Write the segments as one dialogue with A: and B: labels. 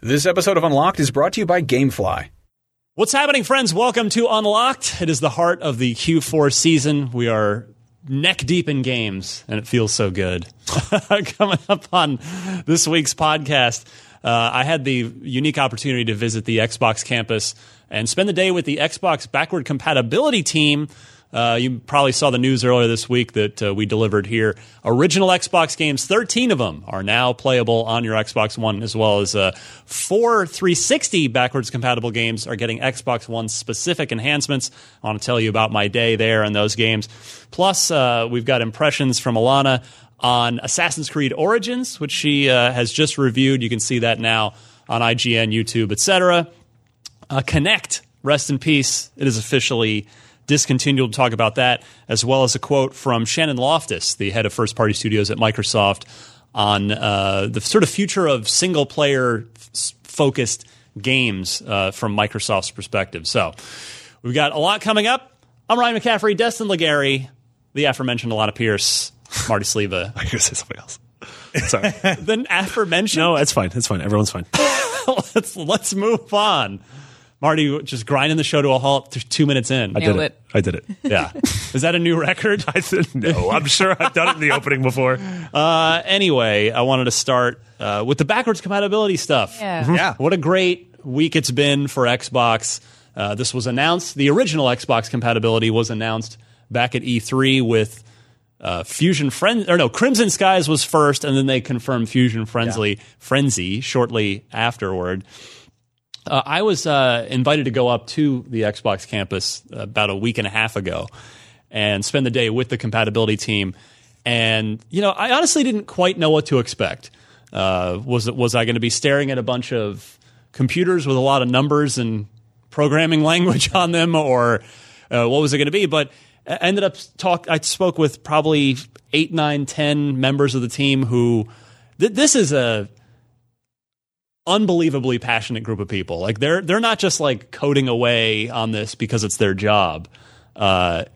A: This episode of Unlocked is brought to you by Gamefly.
B: What's happening, friends? Welcome to Unlocked. It is the heart of the Q4 season. We are neck deep in games, and it feels so good. Coming up on this week's podcast, uh, I had the unique opportunity to visit the Xbox campus and spend the day with the Xbox backward compatibility team. Uh, you probably saw the news earlier this week that uh, we delivered here. Original Xbox games, 13 of them are now playable on your Xbox One, as well as uh, four 360 backwards compatible games are getting Xbox One specific enhancements. I want to tell you about my day there and those games. Plus, uh, we've got impressions from Alana on Assassin's Creed Origins, which she uh, has just reviewed. You can see that now on IGN, YouTube, etc. Uh, Connect, rest in peace. It is officially discontinued. We'll talk about that, as well as a quote from Shannon Loftus, the head of first party studios at Microsoft, on uh, the sort of future of single player f- focused games uh, from Microsoft's perspective. So we've got a lot coming up. I'm Ryan McCaffrey, Destin Legary, the aforementioned Alana Pierce, Marty Sleva.
C: I could say something else. Sorry.
B: then aforementioned,
C: no, it's fine. It's fine. Everyone's fine.
B: let's, let's move on. Marty just grinding the show to a halt th- two minutes in.
C: I did
D: Nailed
C: it.
D: it.
C: I did it.
B: Yeah. Is that a new record?
C: I said no. I'm sure I've done it in the opening before.
B: Uh, anyway, I wanted to start uh, with the backwards compatibility stuff.
D: Yeah.
A: Yeah.
B: Mm-hmm. What a great week it's been for Xbox. Uh, this was announced. The original Xbox compatibility was announced back at E3 with uh, Fusion Friend or no Crimson Skies was first, and then they confirmed Fusion Frenzy Frenzy shortly afterward. Uh, I was uh, invited to go up to the Xbox campus uh, about a week and a half ago and spend the day with the compatibility team. And you know, I honestly didn't quite know what to expect. Uh, was was I going to be staring at a bunch of computers with a lot of numbers and programming language on them, or uh, what was it going to be? But I ended up talk. I spoke with probably eight, nine, ten members of the team who. Th- this is a unbelievably passionate group of people. Like they're they're not just like coding away on this because it's their job. Uh,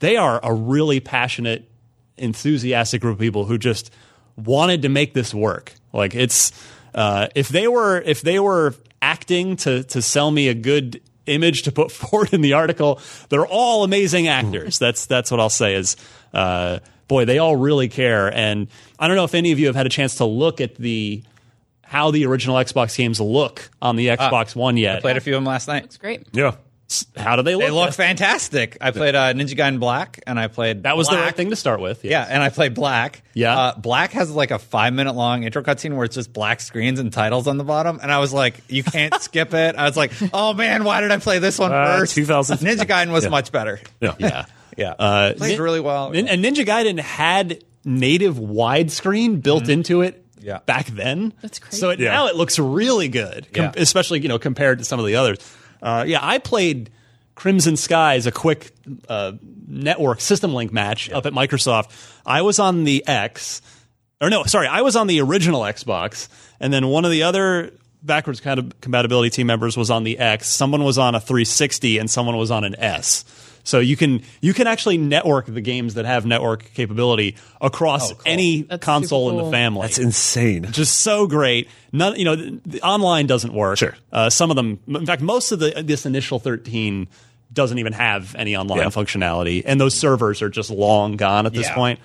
B: they are a really passionate, enthusiastic group of people who just wanted to make this work. Like it's uh, if they were if they were acting to to sell me a good image to put forward in the article, they're all amazing
E: Mm-hmm.
B: actors. that's that's what I'll say is. Uh, Boy, they all really care, and I don't know if any of you have had a chance to look at the how the original Xbox games look on the Xbox One yet.
E: Ah, Played a few of them last night.
D: It's great.
C: Yeah.
B: How do they look?
E: They look fantastic. I played uh, Ninja Gaiden Black, and I played
B: that was the
E: Black.
B: right thing to start with.
E: Yeah, and I played Black.
B: Yeah.
E: uh, Black has like a five minute long intro cutscene where it's just black screens and titles on the bottom, and I was like, you can't skip it. I was like, oh man, why did I play this one
C: Uh,
E: first?
C: 2000.
E: Ninja Gaiden was
C: Yeah.
E: much better.
C: Yeah.
B: yeah.
E: Yeah,
B: Uh,
E: plays
B: Nin-
E: really well.
B: Nin- and Ninja Gaiden had native widescreen built into it.
E: Yeah.
B: back then.
D: That's crazy.
B: So it,
C: Yeah.
B: now it looks really good, com-
E: Yeah.
B: especially you know compared to some of the others. Uh, yeah, I played Crimson Skies, a quick uh, network system link match up at Microsoft. I was on the X, or no, sorry, I was on the original Xbox, and then one of the other backwards compat- compatibility team members was on the X. Someone was on a 360, and someone was on an S. So you can you can actually network the games that have network capability across any
D: That's
B: console
D: super
B: in the
D: cool.
B: family
C: That's insane.
B: just so great. None, you know, the, the online doesn't work.
C: Sure.
B: Uh, some of them, in fact, most of the this initial thirteen doesn't even have any online
C: Yeah.
B: functionality, and those servers are just long gone at this
E: Yeah.
B: point.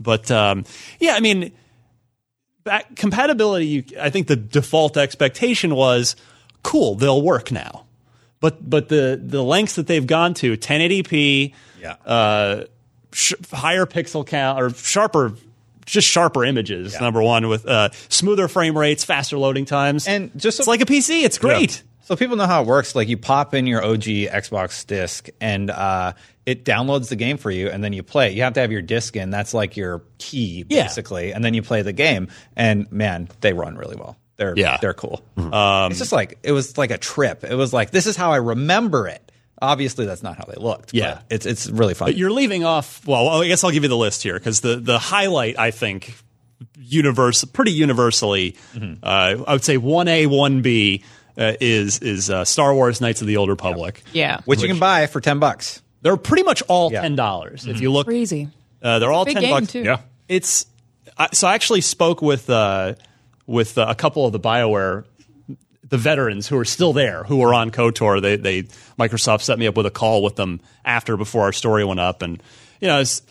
B: But um, yeah, I mean, back, compatibility. You, I think the default expectation was, cool, they'll work now. But but the the lengths that they've gone to, 1080p,
E: Yeah.
B: uh, sh- higher pixel count or sharper, just sharper images. Number one with uh, smoother frame rates, faster loading times,
E: And just so-
B: it's like a PC. It's great.
E: So people know how it works. Like you pop in your OG Xbox disc, and uh, it downloads the game for you, and then you play. You have to have your disc in. That's like your key,
B: Yeah.
E: basically. And then you play the game. And man, they run really well. They're
B: Yeah. Mm-hmm.
E: they're cool. Um, it's just like it was like a trip. It was like this is how I remember it. Obviously, that's not how they looked.
B: Yeah.
E: but it's it's really fun.
B: But you're leaving off. Well, I guess I'll give you the list here because the the highlight I think universe pretty universally,
E: Mm-hmm.
B: uh, I would say one A one B is is uh, Star Wars Knights of the Old Republic.
D: Yeah.
E: which, you can buy for ten bucks.
B: They're pretty much all
E: Yeah. Mm-hmm.
B: ten dollars if you look.
D: Crazy.
B: Uh, they're all
D: Big
B: ten
D: game
B: bucks.
D: too.
C: Yeah.
B: it's I, so I actually spoke with uh, with uh, a couple of the Bioware the veterans who are still there, who were on KOTOR. They, they Microsoft set me up with a call with them after before our story went up, and you know. It's,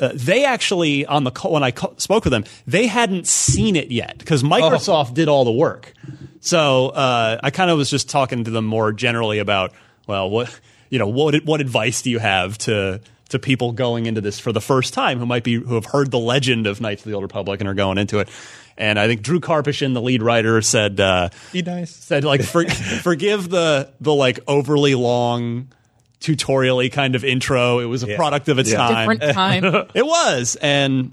B: uh, they actually on the call, when I ca- spoke with them, they hadn't seen it yet because Microsoft did all the work. So uh, I kind of was just talking to them more generally about well, what you know, what what advice do you have to to people going into this for the first time who might be who have heard the legend of Knights of the Old Republic and are going into it. And I think Drew Karpyshyn, the lead writer, said uh,
E: Be nice.
B: said like for, forgive the the like overly long tutorially kind of intro. It was a product of its time.
D: Different time.
B: It was, and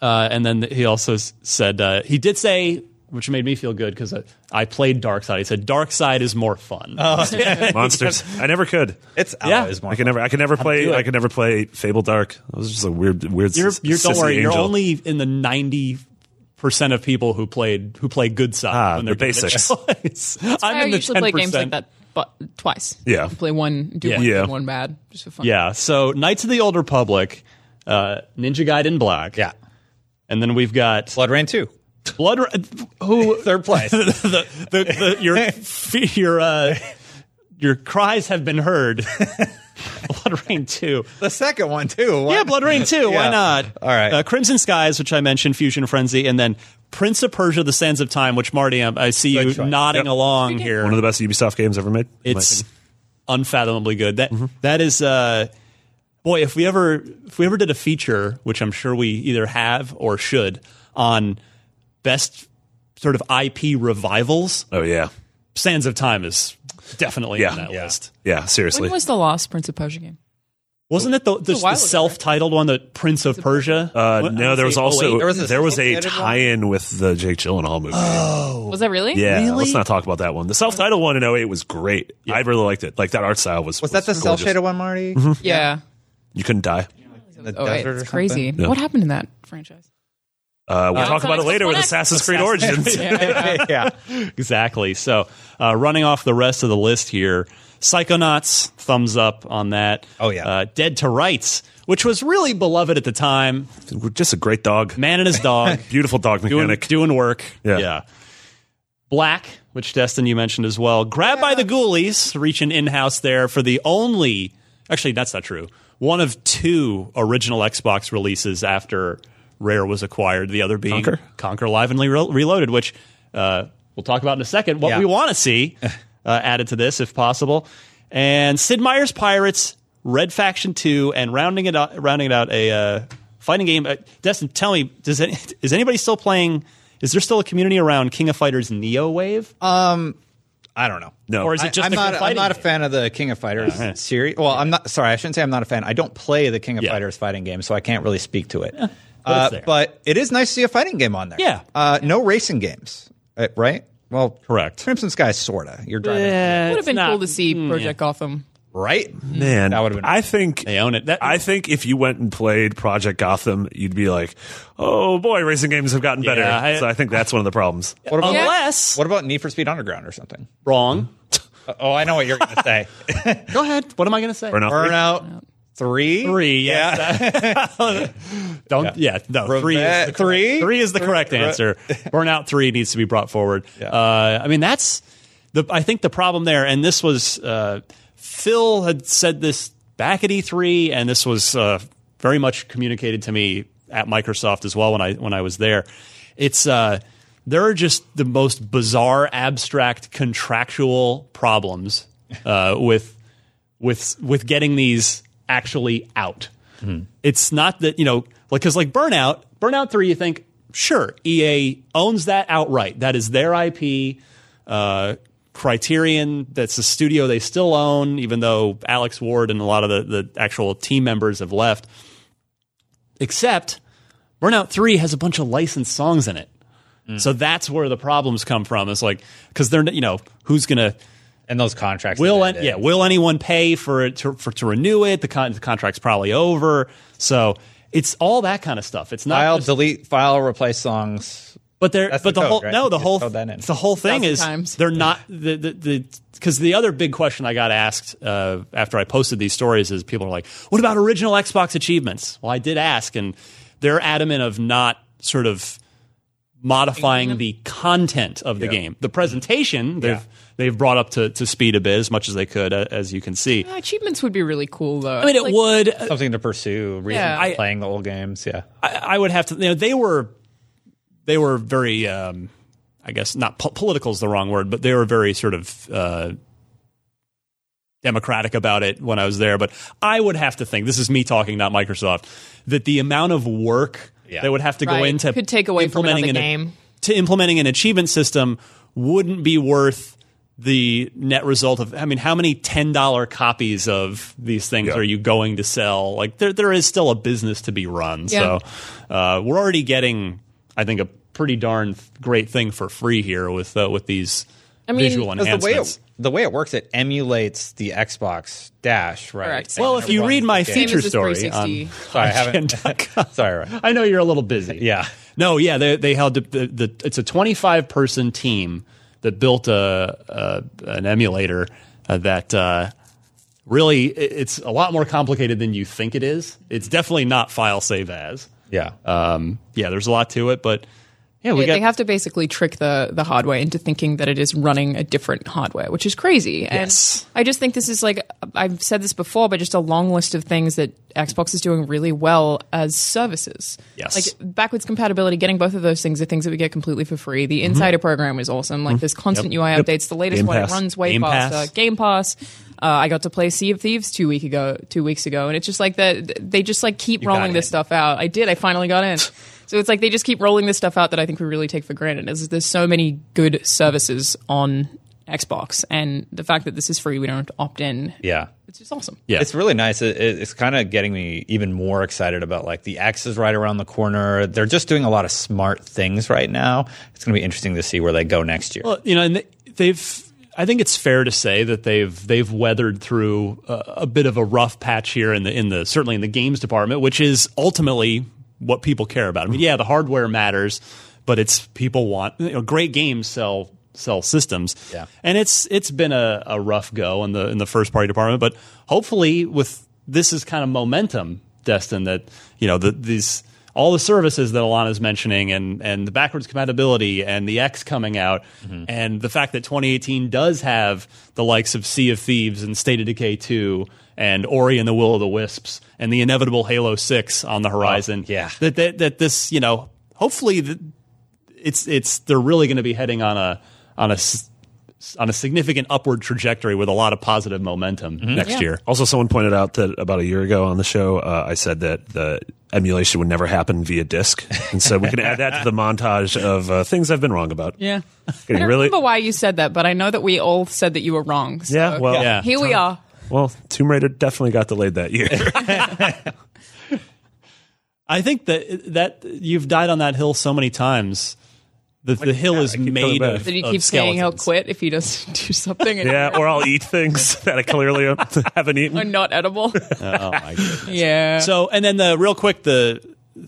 B: uh, and then he also s- said uh, he did say, which made me feel good because I, I played Dark Side. He said Dark Side is more fun.
C: Oh, Monsters. I never could.
E: It's
B: Yeah.
E: always more.
C: I could never. I could never play.
B: it.
C: I could never play Fable Dark. That was just a weird, weird.
B: you're,
C: s-
B: you're don't
C: sissy
B: worry. You're
C: angel.
B: only in the ninety percent of people who played who play good side.
C: Ah,
B: when they're
C: the
B: doing their
C: basics.
B: choice. I'm
D: I
B: in the
D: usually play
B: 10%.
D: games like that, but twice.
C: Yeah.
D: play one, do
B: Yeah.
D: one,
C: Yeah.
D: and one bad, just for fun.
B: Yeah. So Knights of the Old Republic, uh, Ninja Gaiden Black.
E: Yeah.
B: And then we've got
E: Blood Rain 2.
B: Blood. Ra- who
E: Third place.
B: the, the, the, your f- your uh, your cries have been heard. Blood Rain Two.
E: the second one, too. What?
B: Yeah, Blood Rain 2. Why
E: Yeah.
B: not?
E: All right.
B: Uh, Crimson Skies, which I mentioned, Fusion Frenzy, and then Prince of Persia, The Sands of Time, which, Marty, um, I, I see you
E: Good choice.
B: nodding along here.
C: one of the best Ubisoft games ever made. in my
B: it's unfathomably good. That, that is, uh, boy, if we, ever, if we ever did a feature, which I'm sure we either have or should, on best sort of IP revivals,
C: opinion. oh yeah,
B: Sands of Time is definitely
C: Yeah.
B: on that
E: Yeah.
B: list.
C: yeah. Seriously,
D: When was the last Prince of Persia game?
B: Wasn't it the, the,
D: a while
B: the
D: ago, right?
B: self-titled one, the Prince of Persia?
C: uh, no, there was
B: oh,
C: also
E: there
C: there
E: was
C: was
E: a
C: a,
E: syndicated one?
C: tie-in with the Jake Gyllenhaal movie.
D: Was that really?
C: yeah, let's not talk about that one. The self-titled one in 08 was great. I really liked it. Like that art style was.
E: Was that the cell
C: gorgeous.
E: shaded one, Marty?
D: Yeah.
C: You couldn't die.
E: The
D: Oh, wait,
E: desert or
D: it's
E: something?
D: crazy.
C: Yeah.
D: What happened in that franchise?
C: Uh, we'll talk
D: it's on
C: about it
D: Xbox
C: later with
D: One X.
C: Assassin's Creed Origins.
E: yeah.
B: exactly. So, uh, running off the rest of the list here, Psychonauts, thumbs up on that.
E: Oh, yeah.
B: uh, Dead to Rights, which was really beloved at the time.
C: Just a great dog.
B: Man and his dog
C: Beautiful dog
B: doing
C: mechanic.
B: doing work.
C: Yeah.
B: Black, which Destin you mentioned as well. Grab by the Ghoulies, reaching in house there for the only. Actually, that's not true. One of two original Xbox releases after Rare was acquired. The other being
C: Conker?
B: Conquer Lively Re- Reloaded, which uh, we'll talk about in a second. What
E: Yeah.
B: we want to see uh, added to this, if possible, and Sid Meier's Pirates, Red Faction Two, and rounding it out, rounding it out a uh, fighting game. Uh, Destin, tell me, does any, is anybody still playing? Is there still a community around King of Fighters Neo Wave?
E: I don't know.
C: No,
B: or is it just
E: I'm
B: a
E: not. I'm
B: fighting
E: not a
B: game?
E: fan of the King of Fighters series. Well, I'm not. Sorry, I shouldn't say I'm not a fan. I don't play the King of
B: Yeah.
E: Fighters fighting game, so I can't really speak to it.
B: it's
E: Uh,
B: there.
E: but it is nice to see a fighting game on there.
B: Yeah.
E: Uh, no racing games, uh, right? Well,
B: Correct.
E: Crimson Sky, sorta. You're driving,
B: Eh,
D: Would have
B: it's
D: been
B: not-
D: cool to see
E: mm,
D: Project Gotham.
E: right?
C: man.
E: That would've been-
C: I think
B: They own it. That-
C: I think if you went and played Project Gotham, you'd be like, "Oh boy, racing games have gotten better."
B: Yeah, I-
C: so I think that's one of the problems.
E: What about
B: Unless
E: what about Need for Speed Underground or something?
B: wrong.
E: Oh, I know what you're going to say.
B: Go ahead. What am I going to say?
C: Burnout.
E: Burnout three,
B: Three, yes. Don't yeah, no three is the
E: Revenge- three?
B: three is the correct answer. Burnout three needs to be brought forward. Uh, I mean that's the I think the problem there, and this was uh, Phil had said this back at E3, and this was uh, very much communicated to me at Microsoft as well when I when I was there. It's uh, there are just the most bizarre, abstract contractual problems uh, with with with getting these actually out. It's not that you know, like because like Burnout, Burnout Three, you think sure EA owns that outright. That is their IP. Uh, Criterion, that's a studio they still own, even though Alex Ward and a lot of the, the actual team members have left. Except Burnout 3 has a bunch of licensed songs in it. So that's where the problems come from. It's like, because they're, you know, who's going to,
E: and those contracts.
B: Will
E: that
B: an-
E: ended.
B: yeah, will anyone pay for it to, for to renew it? The, con- the contract's probably over, so it's all that kind of stuff. It's not,
E: File,
B: just-
E: delete, file, replace songs.
B: but they're
E: that's
B: but
E: the
B: the,
E: code,
B: whole
E: right?
B: no, the
E: Just
B: whole
E: throw that in.
B: the whole thing
D: Thousand
B: is
D: times.
B: they're not the the the because the other big question I got asked uh, after I posted these stories is people are like, what about original Xbox achievements? Well, I did ask, and they're adamant of not sort of modifying the content of the game. The
E: Mm-hmm.
B: presentation they've they've brought up to, to speed a bit as much as they could, uh, as you can see.
D: Yeah, achievements would be really cool though.
B: I mean, it
D: Like,
B: would.
E: Something to pursue, reason
D: Yeah.
E: for
D: I-
E: playing the old games. Yeah.
B: I, I would have to. You know, they were they were very. Um, I guess not po- political is the wrong word, but they were very sort of. Uh, democratic about it when I was there, but I would have to think this is me talking, not Microsoft, that the amount of work that would have to go
D: Right.
B: into
D: Could take away from
B: implementing
D: another
B: an-
D: game.
B: to implementing an achievement system wouldn't be worth the net result of I mean, how many ten dollar copies of these things
C: Yeah.
B: are you going to sell? Like there there is still a business to be run.
D: Yeah.
B: So uh, we're already getting I think a pretty darn great thing for free here with uh, with these
D: mean,
B: visual
E: 'Cause The way,
B: enhancements.
E: it, the way it works, it emulates the Xbox Dash, right?
D: Correct.
E: And
B: well,
E: it
B: if you
E: runs
B: read
E: the
B: my
E: game.
D: Same
B: feature
D: as the
B: story on
D: 360.
E: Sorry, I haven't. Sorry, right.
B: I know you're a little busy.
E: Yeah.
B: No, yeah, they they held the, the, the it's a 25 person team that built a, a an emulator uh, that uh, really i- it's a lot more complicated than you think it is. It's definitely not file save as.
E: Yeah.
B: Um, yeah, there's a lot to it, but yeah, we got
D: they have to basically trick the the hardware into thinking that it is running a different hardware, which is crazy. And
B: Yes.
D: I just think this is like I've said this before, but just a long list of things that Xbox is doing really well as services.
B: Yes.
D: like backwards compatibility, getting both of those things are things that we get completely for free. The
B: Mm-hmm.
D: Insider program is awesome. Like there's constant UI updates. The latest
B: Game
D: one it
B: Pass.
D: runs way
B: Game
D: faster.
B: Pass.
D: Game Pass. Uh, I got to play Sea of Thieves two week ago, two weeks ago, and it's just like that. They just like keep rolling
E: in.
D: this stuff out. I did. I finally got in. so it's like they just keep rolling this stuff out that I think we really take for granted. Is there's so many good services on Xbox, and the fact that this is free, we don't have to opt in.
E: Yeah.
D: It's just awesome.
B: yeah.
E: It's really nice. It, it- it's kind of getting me even more excited about like the X is right around the corner. They're just doing a lot of smart things right now. It's going to be interesting to see where they go next year.
B: Well, you know, and they- they've. I think it's fair to say that they've they've weathered through a, a bit of a rough patch here in the in the certainly in the games department, which is ultimately what people care about. I mean, yeah, the hardware matters, but it's people want you know, great games sell sell systems.
E: Yeah.
B: and it's it's been a, a rough go in the in the first party department, but hopefully with this is kind of momentum, Destin, that you know the, these all the services that Alana's mentioning and and the backwards compatibility and the X coming out and the fact that 2018 does have the likes of Sea of Thieves and State of Decay 2 and Ori and the Will of the Wisps and the inevitable Halo 6 on the horizon.
E: yeah.
B: That that that this, you know, hopefully the, it's it's they're really going to be heading on a on a s- on a significant upward trajectory with a lot of positive momentum next year.
C: Also, someone pointed out that about a year ago on the show, uh, I said that the emulation would never happen via disk, and so we can add that to the montage of uh, things I've been wrong about.
D: Yeah. I
C: Getting
D: don't
C: really,
D: remember why you said that, but I know that we all said that you were wrong. So
C: yeah. Well,
B: Yeah.
D: here we are.
C: well, Tomb Raider definitely got delayed that year.
B: I think that that you've died on that hill so many times that the hill is
C: keep coming
B: made
C: back.
B: of,
D: Did you
B: of
D: keep saying he'll
B: skeletons.
D: quit if he doesn't do something? And
C: yeah, or I'll eat things that I clearly haven't
D: Are
C: eaten.
D: not edible.
B: Oh my goodness.
D: yeah.
B: So, and then the real quick, the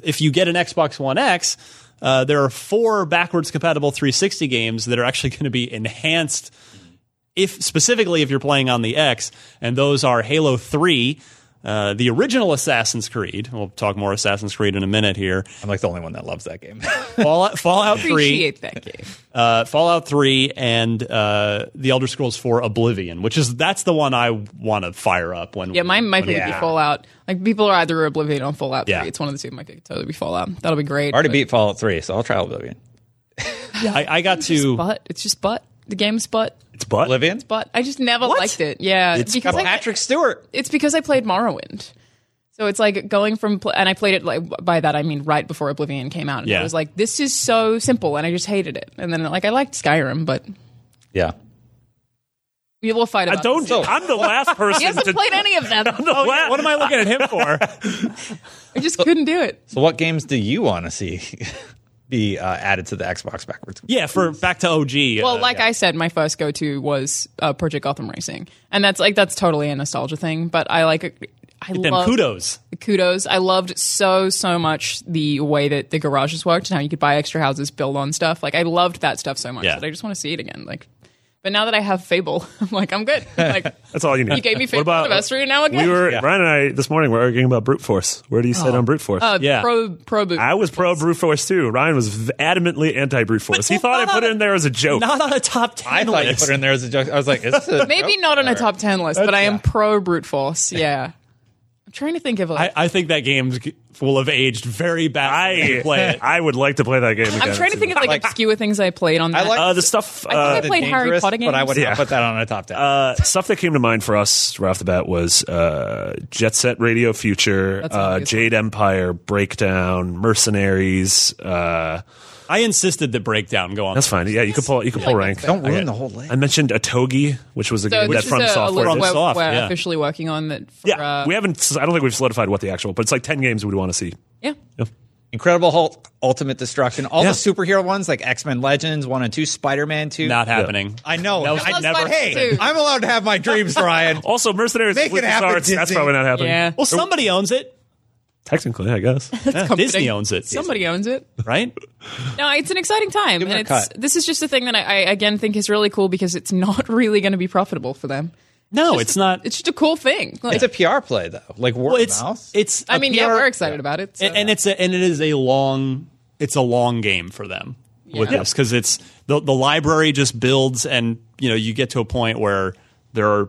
B: if you get an Xbox One X, uh, there are four backwards compatible 360 games that are actually going to be enhanced. If specifically if you're playing on the X, and those are Halo 3, uh, the original Assassin's Creed. We'll talk more Assassin's Creed in a minute here.
E: I'm like the only one that loves that game.
B: Fallout, Fallout 3,
D: appreciate that game.
B: uh, Fallout 3, and uh, The Elder Scrolls 4 Oblivion, which is that's the one I want to fire up when
D: Yeah, mine might
B: when we-
D: be Fallout. Like people are either Oblivion or Fallout 3.
B: Yeah.
D: It's one of the two. My could totally be Fallout. That'll be great.
E: Already
D: but-
E: beat Fallout 3, so I'll try Oblivion.
B: I, I got to
D: But it's just butt. The game's butt.
C: It's butt.
E: Oblivion?
D: But I just never liked it. Yeah, it's because I,
E: Patrick Stewart.
D: it's because I played Morrowind. So it's like going from pl- and I played it like by that I mean right before Oblivion came out. And
B: Yeah.
D: I was like, this is so simple, and I just hated it. And then like I liked Skyrim, but
E: Yeah.
D: we will fight
C: I
D: about.
C: don't.
D: This.
C: I'm the last person.
D: He hasn't
C: to,
D: played any of them.
C: Oh, yeah, what am I looking at him for?
D: I just couldn't do it.
E: So, what games do you want to see be uh, added to the Xbox backwards?
B: yeah for back to OG.
D: Well,
B: uh,
D: like I said, my first go to was uh, Project Gotham Racing, and that's like that's totally a nostalgia thing. But I like, I
B: them
D: love
B: kudos.
D: kudos. I loved so so much the way that the garages worked and how you could buy extra houses, build on stuff. Like I loved that stuff so much
B: Yeah.
D: that I just want to see it again. Like, But now that I have Fable, I'm like, I'm good. Like,
C: That's all you need.
D: you gave me Fable Anniversary, and now again.
C: We were Ryan and I this morning. were arguing about brute force. Where do you sit on brute force?
D: uh,
B: Yeah.
D: pro pro boot.
C: I was pro brute force too. Ryan was v- adamantly anti brute force. He thought I put it in there as a joke.
B: Not on a top ten
E: I thought you
B: list.
E: put it in there as a joke. I was like, is this a
D: Maybe
E: joke?
D: not on a
E: Or-
D: top ten list, but I am pro brute force. Yeah, I'm trying to think of like.
B: I, I think that game will have aged very badly. if you
C: I
B: play it.
C: I would like to play that game. Again.
D: I, am trying to think of like,
E: Like-
D: obscure things I played on that.
E: like-
C: uh, the stuff.
D: I
C: Uh,
D: think played Harry
E: Dangerous,
D: Potter
E: but I
D: games.
E: would
C: Yeah.
E: not put that on a top ten.
C: uh, stuff that came to mind for us right off the bat was uh, Jet Set Radio Future,
D: That's
C: uh,
D: obvious.
C: Jade Empire, Breakdown, Mercenaries. Uh,
B: I insisted that breakdown go on.
C: that's fine. Yeah, you could pull. You could pull rank.
E: Don't ruin the whole list.
C: I mentioned a Togi, which was a
D: so
C: game that
D: this is
C: from
D: a, a
C: software.
D: list
B: did.
D: we're,
B: From Soft,
D: we're
B: yeah.
D: officially working on that. For,
C: yeah,
D: uh,
C: we haven't. I don't think we've solidified what the actual, but it's like ten games we'd want to see.
D: yeah.
E: Incredible Hulk, Ultimate Destruction, all
C: Yeah.
E: the superhero ones like X Men Legends one and two, Spider Man two.
B: Not happening.
E: I know.
B: That was-
E: I
D: Love
B: never-
D: Spider-Man
E: Hey,
D: too.
E: I'm allowed to have my dreams, Ryan.
C: Also, Mercenaries
E: Make
C: with
E: it happen,
C: Bizarre, That's
E: Disney.
C: probably not happening.
D: Yeah.
B: Well, somebody owns it.
C: Technically, I guess.
B: Yeah,
D: comforting.
B: Disney owns it.
D: Somebody owns it.
B: right?
D: No, it's an exciting time,
E: them
D: and
E: a
D: it's
E: cut.
D: this is just a thing that I, I again think is really cool because it's not really going to be profitable for them.
B: No, it's not.
D: It's just a cool thing. Like,
E: It's a PR play though, like word
B: Well,
E: of
B: it's
E: mouth.
B: it's.
D: I
B: a
D: mean, yeah,
B: PR
D: we're excited about it. so-
B: and, and it's a, and it is a long it's a long game for them with
D: Yeah.
B: this because it's the the library just builds and you know you get to a point where there are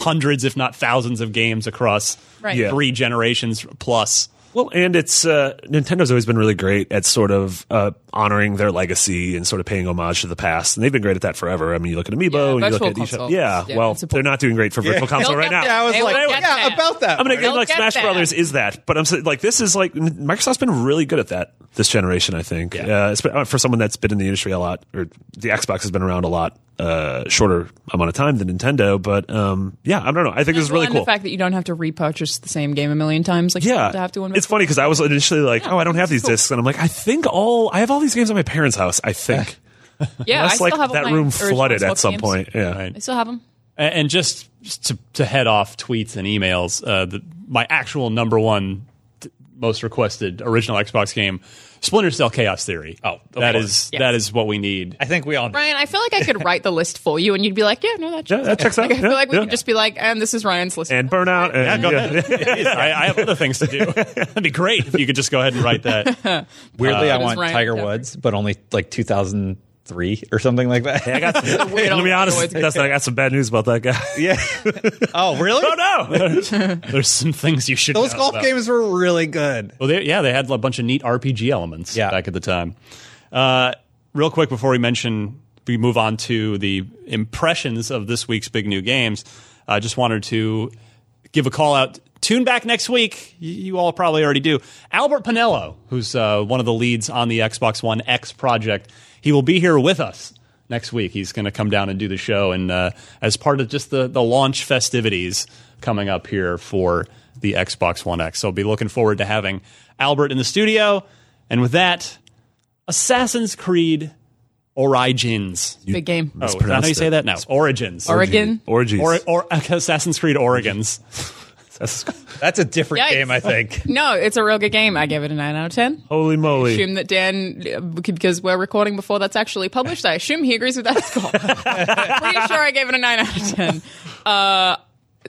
B: hundreds if not thousands of games across
D: Right.
C: Yeah.
B: three generations plus
C: Well, and it's uh, Nintendo's always been really great at sort of uh, honoring their legacy and sort of paying homage to the past, and they've been great at that forever. I mean, you look at
D: Yeah,
C: Amiibo, and you look
D: virtual
C: at eShop.
D: consoles.
C: Yeah,
D: Yeah,
C: well,
D: it's a-
C: they're not doing great for virtual console
D: They'll
C: right now.
D: get that.
E: yeah, I was
D: They
E: like,
D: will get
E: yeah,
D: that.
E: about that.
C: I mean, a game
D: They'll
C: like
D: get
C: Smash
D: that.
C: Brothers is that, but I'm saying like this is like n- Microsoft's been really good at that this generation. I think uh, it's been- uh, for someone that's been in the industry a lot, or the Xbox has been around a lot, uh, shorter amount of time than Nintendo. But um, yeah, I don't know. I think this is
D: Well,
C: really
D: and
C: cool.
D: The fact that you don't have to repurchase the same game a million times, like
C: Yeah,
D: to have to.
C: it's funny because I was initially like, "Oh, I don't have these
D: cool.
C: discs," and I'm like, "I think all I have all these games at my parents' house. I think
D: Yeah, I
C: that's
D: still
C: like
D: have all
C: that
D: my
C: room
D: original
C: flooded
D: Xbox
C: at some
D: games.
C: point." Yeah,
B: Right.
D: I still have them.
B: and, and just to to head off tweets and emails uh, the, my actual number one t- most requested original Xbox game Splinter Cell Chaos Theory
E: Oh, of
B: that
E: course.
B: is
D: Yes.
B: that is what we need
E: I think we all.
D: Ryan, I feel like I could write the list for you, and you'd be like, "Yeah, no, that,
C: yeah, that checks out.
D: Like, I feel
C: Yeah,
D: like we
C: yeah.
D: could just be like, "And this is Ryan's list."
C: and burnout. And, yeah,
B: I, I have other things to do. That'd be great if you could just go ahead and write that.
E: Weirdly, I
D: is
E: want
D: Ryan
E: Tiger
D: Tucker.
E: Woods, but only like 2003 or something like that.
C: I got some,
D: weird
C: let me be honest,
D: always-
C: Dustin, I got some bad news about that guy.
E: yeah. oh, really?
C: oh no,
B: There's some things you should.
E: Those
B: know
E: golf
B: about.
E: games were really good.
B: Well, they, yeah, they had a bunch of neat RPG elements
E: Yeah.
B: back at the time. Uh, real quick before we mention, we move on to the impressions of this week's big new games. I just wanted to give a call out. Tune back next week. You, you all probably already do. Albert Pinello, who's uh, one of the leads on the Xbox One X project, he will be here with us next week. He's going to come down and do the show, and uh, as part of just the the launch festivities coming up here for the Xbox One X. So be looking forward to having Albert in the studio. And with that, Assassin's Creed Origins.
D: big game.
B: Oh, is that how you say that now? Origins.
D: Oregon.
C: orgies.
B: Or, or Assassin's Creed Origins.
C: That's-
E: That's a different
D: Yikes.
E: game, I think.
D: No, it's a real good game. I give it a nine out of ten.
C: Holy moly!
D: Assume that Dan, uh, because we're recording before that's actually published, I assume he agrees with that score. Pretty sure I gave it a nine out of ten. Uh,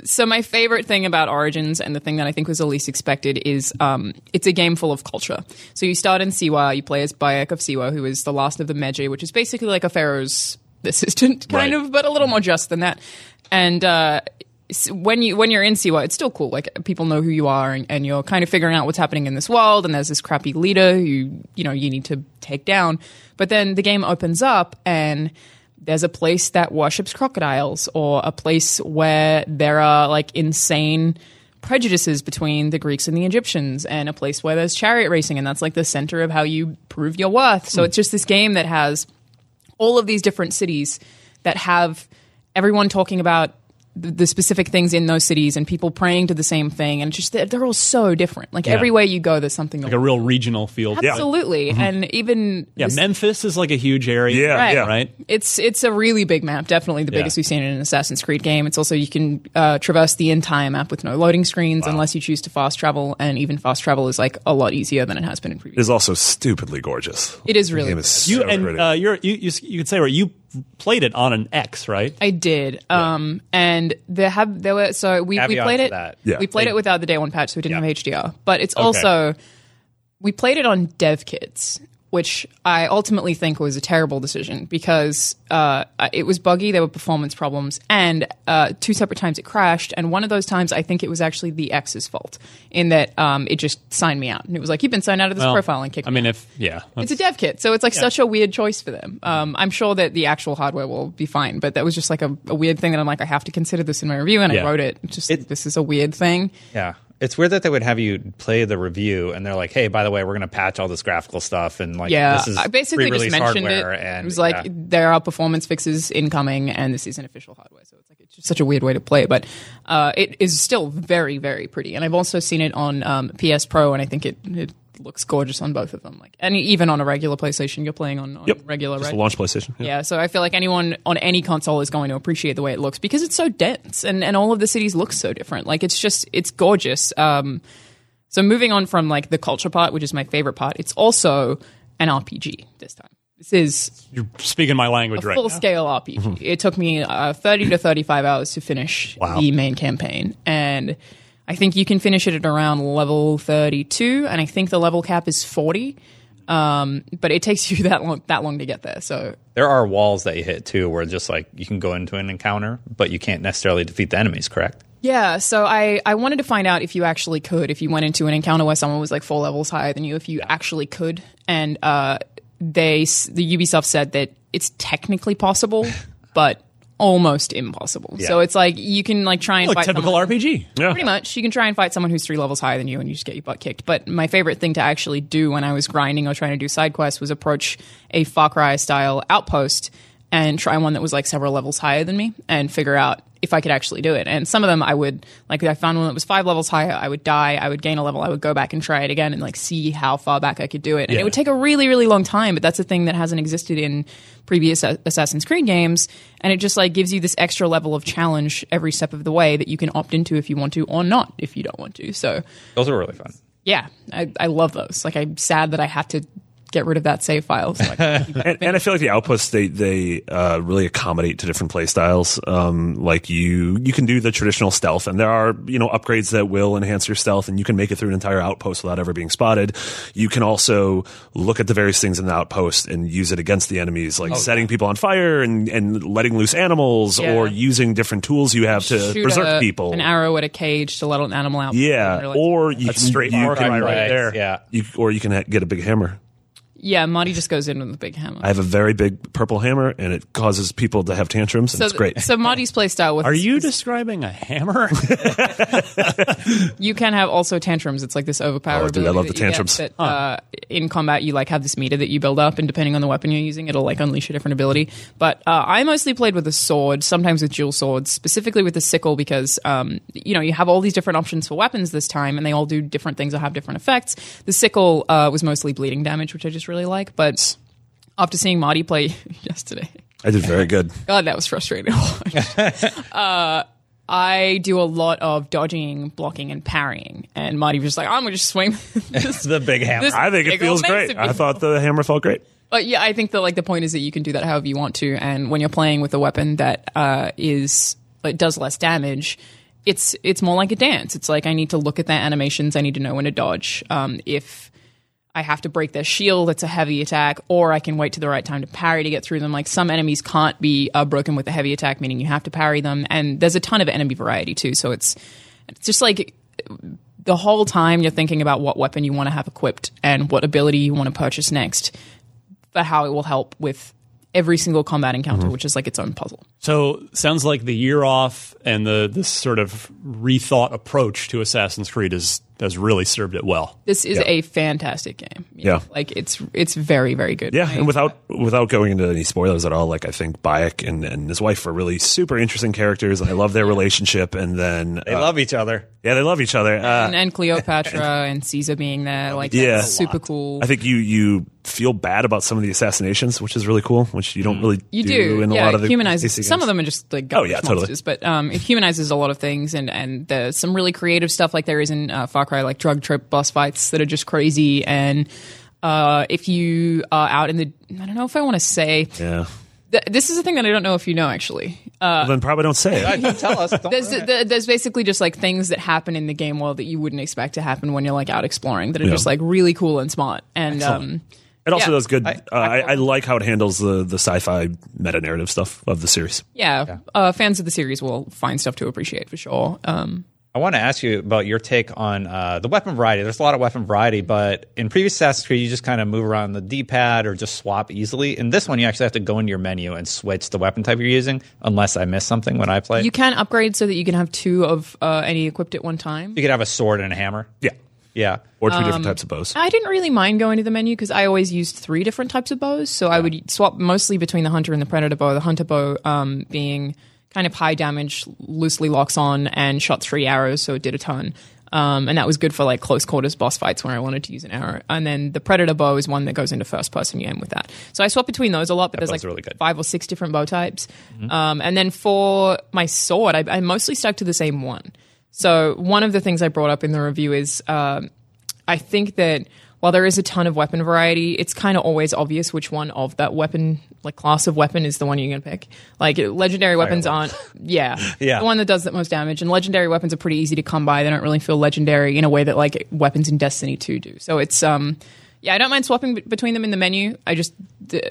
D: so my favorite thing about Origins and the thing that I think was the least expected is um, it's a game full of culture. So you start in Siwa, you play as Bayek of Siwa, who is the last of the Meji, which is basically like a pharaoh's assistant, kind
B: Right.
D: of, but a little more just than that. And uh, s- when you when you're in Siwa, it's still cool. Like people know who you are, and, and you're kind of figuring out what's happening in this world. And there's this crappy leader who you know you need to take down. But then the game opens up and there's a place that worships crocodiles or a place where there are like insane prejudices between the Greeks and the Egyptians and a place where there's chariot racing and that's like the center of how you prove your worth. So it's just this game that has all of these different cities that have everyone talking about the, the specific things in those cities and people praying to the same thing and just they're, they're all so different. Like every way you go there's something
B: Like a real regional feel. to it.
D: Absolutely. And even
B: Yeah,
D: this-
B: Memphis is like a huge area.
C: Yeah, Right. yeah.
B: Right?
D: it's it's a really big map, definitely the
B: Yeah.
D: biggest we've seen in an Assassin's Creed game. It's also you can uh, traverse the entire map with no loading screens unless you choose to fast travel, and even fast travel is like a lot easier than it has been in
C: It
D: previous.
C: is also stupidly gorgeous.
D: It is really
C: Game is
B: You
C: so
B: and
C: pretty.
D: uh,
B: uh, you're, you you s- you could say right. You played it on an X, right?
D: I did. Um, and there have there were so we, we
E: Caveat
D: played
E: to
D: it.
E: that.
C: Yeah.
D: We played
E: They-
D: it without the day one patch, so we didn't have HDR. But it's also we played it on dev kits, which I ultimately think was a terrible decision because uh, it was buggy. There were performance problems, and uh, two separate times it crashed. And one of those times, I think it was actually the X's fault in that um, it just signed me out, and it was like you've been signed out of this
B: Well,
D: profile and kicked.
B: I
D: me
B: mean, if yeah,
D: it's a dev kit, so it's like such a weird choice for them. Um, I'm sure that the actual hardware will be fine, but that was just like a, a weird thing that I'm like, I have to consider this in my review, and
B: Yeah.
D: I wrote it. Just like, this is a weird thing.
E: Yeah. It's weird that they would have you play the review and they're like, "Hey, by the way, we're going to patch all this graphical stuff and like
D: Yeah,
E: this is
D: I basically just
E: pre-release
D: mentioned it.
E: hardware
D: it
E: and
D: was like
E: yeah.
D: there are performance fixes incoming, and this isn't official hardware, so it's like it's just such a weird way to play it. But uh, it is still very, very pretty, and I've also seen it on um, PS Pro, and I think it. it looks gorgeous on both of them like and even on a regular playstation you're playing on, on
C: Yep.
D: regular
C: Just
D: right?
C: a launch PlayStation. Yeah.
D: Yeah, so I feel like anyone on any console is going to appreciate the way it looks because it's so dense and, and all of the cities look so different. Like it's just it's gorgeous. Um, so moving on from like the culture part, which is my favorite part, it's also an RPG this time. This is
B: you're speaking my language right.
D: full
B: now.
D: scale RPG. It took me uh, thirty to thirty five hours to finish the main campaign, and I think you can finish it at around level thirty two, and I think the level cap is forty. Um, but it takes you that long that long to get there. So
E: there are walls that you hit too where just like you can go into an encounter, but you can't necessarily defeat the enemies, correct?
D: Yeah, so I, I wanted to find out if you actually could, if you went into an encounter where someone was like four levels higher than you, if you actually could. And uh, they s- the Ubisoft said that it's technically possible, but almost impossible. So it's like you can like try and
B: Like
D: fight
B: Oh, typical
D: someone-
B: RPG.
D: Pretty much, you can try and fight someone who's three levels higher than you, and you just get your butt kicked. But my favorite thing to actually do when I was grinding or trying to do side quests was approach a Far Cry style outpost and try one that was like several levels higher than me, and figure out if I could actually do it. And some of them I would like. I found one that was five levels higher. I would die. I would gain a level. I would go back and try it again, and like see how far back I could do it. And it would take a really, really long time. But that's a thing that hasn't existed in previous A- Assassin's Creed games, and it just like gives you this extra level of challenge every step of the way that you can opt into if you want to or not if you don't want to. So
E: Those are really fun.
D: yeah, I, I love those. Like I'm sad that I had to get rid of that save file. So I can keep
C: and, and I feel like the outposts they they uh, really accommodate to different play styles. Um, like you you can do the traditional stealth, and there are you know upgrades that will enhance your stealth, and you can make it through an entire outpost without ever being spotted. You can also look at the various things in the outpost and use it against the enemies, like setting people on fire and and letting loose animals,
D: Oh, Yeah.
C: or using different tools you have to
D: shoot
C: berserk
D: a-
C: people.
D: An arrow at a cage to let an animal out.
C: yeah, or you can,
B: straight
C: you
B: Far Cry
C: can
B: right
E: there. Yeah.
C: You, or you can ha- get a big hammer.
D: yeah, Marty just goes in with a big hammer.
C: I have a very big purple hammer, and it causes people to have tantrums, and
D: so
C: it's great.
D: th- So Marty's playstyle with
B: Are you describing a hammer?
D: you can have also tantrums. It's like this overpower.
C: Oh, dude, I love
D: ability
C: the
D: that you
C: tantrums.
D: Get, that, uh, in combat, you like have this meter that you build up, and depending on the weapon you're using, it'll like unleash a different ability. But uh, I mostly played with a sword, sometimes with dual swords, specifically with the sickle because um, you know you have all these different options for weapons this time, and they all do different things or have different effects. The sickle uh, was mostly bleeding damage, which I just really like. But after seeing Marty play yesterday,
C: I did very good.
D: God, Oh, that was frustrating. uh, I do a lot of dodging, blocking, and parrying. And Marty was just like, I'm going to just swing.
E: It's the big hammer.
D: This-
C: I think it
D: Big ol'
C: feels great.
D: massive
C: I thought the hammer felt great.
D: but Uh, yeah, I think that like the point is that you can do that however you want to. And when you're playing with a weapon that uh, is like does less damage, it's it's more like a dance. It's like I need to look at their animations. I need to know when to dodge. Um, if I have to break their shield. It's a heavy attack, or I can wait to the right time to parry to get through them. Like some enemies can't be uh, broken with a heavy attack, meaning you have to parry them. And there's a ton of enemy variety too. So it's it's just like the whole time you're thinking about what weapon you want to have equipped and what ability you want to purchase next, for how it will help with every single combat encounter,
C: Mm-hmm.
D: which is like its own puzzle.
B: so sounds like the year off and the this sort of rethought approach to Assassin's Creed has has really served it well.
D: This is a fantastic game.
C: Yeah.
D: like it's it's very very good.
C: Yeah,
D: I-
C: and without without going into any spoilers at all, like I think Bayek and, and his wife are really super interesting characters, and I love their relationship. And then
E: they
C: uh,
E: love each other.
C: yeah, they love each other. Uh,
D: and, and Cleopatra and Caesar being there, like that's
C: Yeah.
D: super cool.
C: I think you you feel bad about some of the assassinations, which is really cool, which you don't really
D: Mm. You do,
C: in
D: yeah.
C: a lot of the
D: it humanizes
C: PC
D: some
C: games.
D: of them are just like
C: Oh, yeah,
D: garbage
C: totally.
D: monsters, but um, it humanizes a lot of things, and and there's some really creative stuff like there is in uh, Far Cry, like drug trip boss fights that are just crazy. And uh, if you are out in the, I don't know if I want to say
C: Yeah,
D: Th- this is a thing that I don't know if you know actually. Uh,
C: Well, then probably don't say it.
E: You tell us. Don't
D: there's
E: ruin it.
D: th- there's basically just like things that happen in the game world that you wouldn't expect to happen when you're like out exploring that are
C: Yeah.
D: just like really cool and smart and um
C: It also
D: Yeah.
C: does good.
E: I-
C: uh, I, I like how it handles the, the sci fi meta narrative stuff of the series.
D: yeah, Uh, fans of the series will find stuff to appreciate for sure. Um,
E: I want to ask you about your take on uh, the weapon variety. There's a lot of weapon variety, but in previous Assassin's Creed, you just kind of move around the D-pad or just swap easily. In this one, you actually have to go into your menu and switch the weapon type you're using, unless I missed something when I played.
D: you
E: You,
D: can upgrade so that you can have two of uh, any equipped at one time.
E: could have a sword and a hammer.
C: Yeah.
E: Yeah.
C: Or two
D: Um,
C: different types of bows.
D: I didn't really mind going to the menu because I always used three different types of bows. So I would swap mostly between the hunter and the predator bow. The hunter bow um, being kind of high damage, loosely locks on, and shot three arrows, so it did a ton. Um, and that was good for like close quarters boss fights where I wanted to use an arrow. And then the predator bow is one that goes into first person. You aim with that. So I swap between those a lot, but there's
E: bow's
D: like
E: really good. Mm-hmm.
D: five or six different bow types. Um, and then for my sword, I, I mostly stuck to the same one. So one of the things I brought up in the review is um I think that while there is a ton of weapon variety, it's kind of always obvious which one of that weapon, like class of weapon, is the one you're going to pick. Like legendary weapons aren't, yeah,
E: Yeah.
D: the one that does the most damage. And legendary weapons are pretty easy to come by. They don't really feel legendary in a way that like weapons in Destiny 2 do. So it's, um, yeah, I don't mind swapping be- between them in the menu. I just d-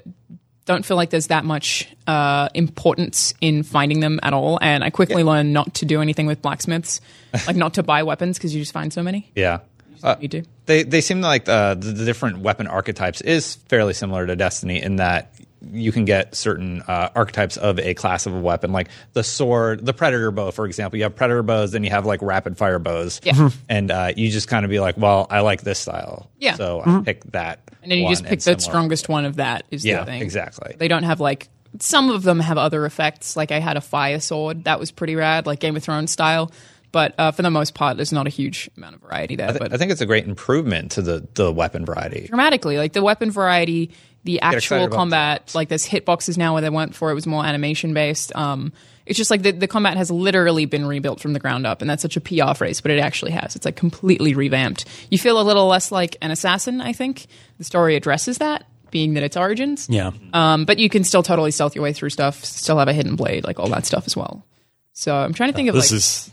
D: don't feel like there's that much uh, importance in finding them at all. And I quickly learned not to do anything with blacksmiths, like not to buy weapons because you just find so many.
E: Yeah. Uh,
D: You do.
E: they they seem like uh, the, the different weapon archetypes is fairly similar to Destiny in that you can get certain uh, archetypes of a class of a weapon, like the sword, the predator bow, for example. You have predator bows, then you have like rapid fire bows,
D: Yeah.
C: Mm-hmm.
D: Mhm.
E: and uh, you just kind of be like, well, I like this style,
D: Yeah.
E: so
C: Mm-hmm.
E: I pick that,
D: And then you
E: one
D: just pick the
E: similar.
D: strongest one of that is
E: Yeah,
D: the thing.
E: exactly.
D: They don't have like some of them have other effects. Like I had a fire sword that was pretty rad, like Game of Thrones style. But uh, for the most part, there's not a huge amount of variety there.
E: I, thi-
D: but
E: I think it's a great improvement to the the weapon variety.
D: dramatically, like the weapon variety, the
E: excited
D: actual
E: about
D: combat, like there's hitboxes now where they weren't before. It was more animation based. Um, it's just like the, the combat has literally been rebuilt from the ground up, and that's such a PR phrase, but it actually has. It's like completely revamped. You feel a little less like an assassin, I think. The story addresses that, being that it's origins.
B: Yeah.
D: Um, but you can still totally stealth your way through stuff, still have a hidden blade, like all that stuff as well. So I'm trying to think of
B: this
D: like
B: is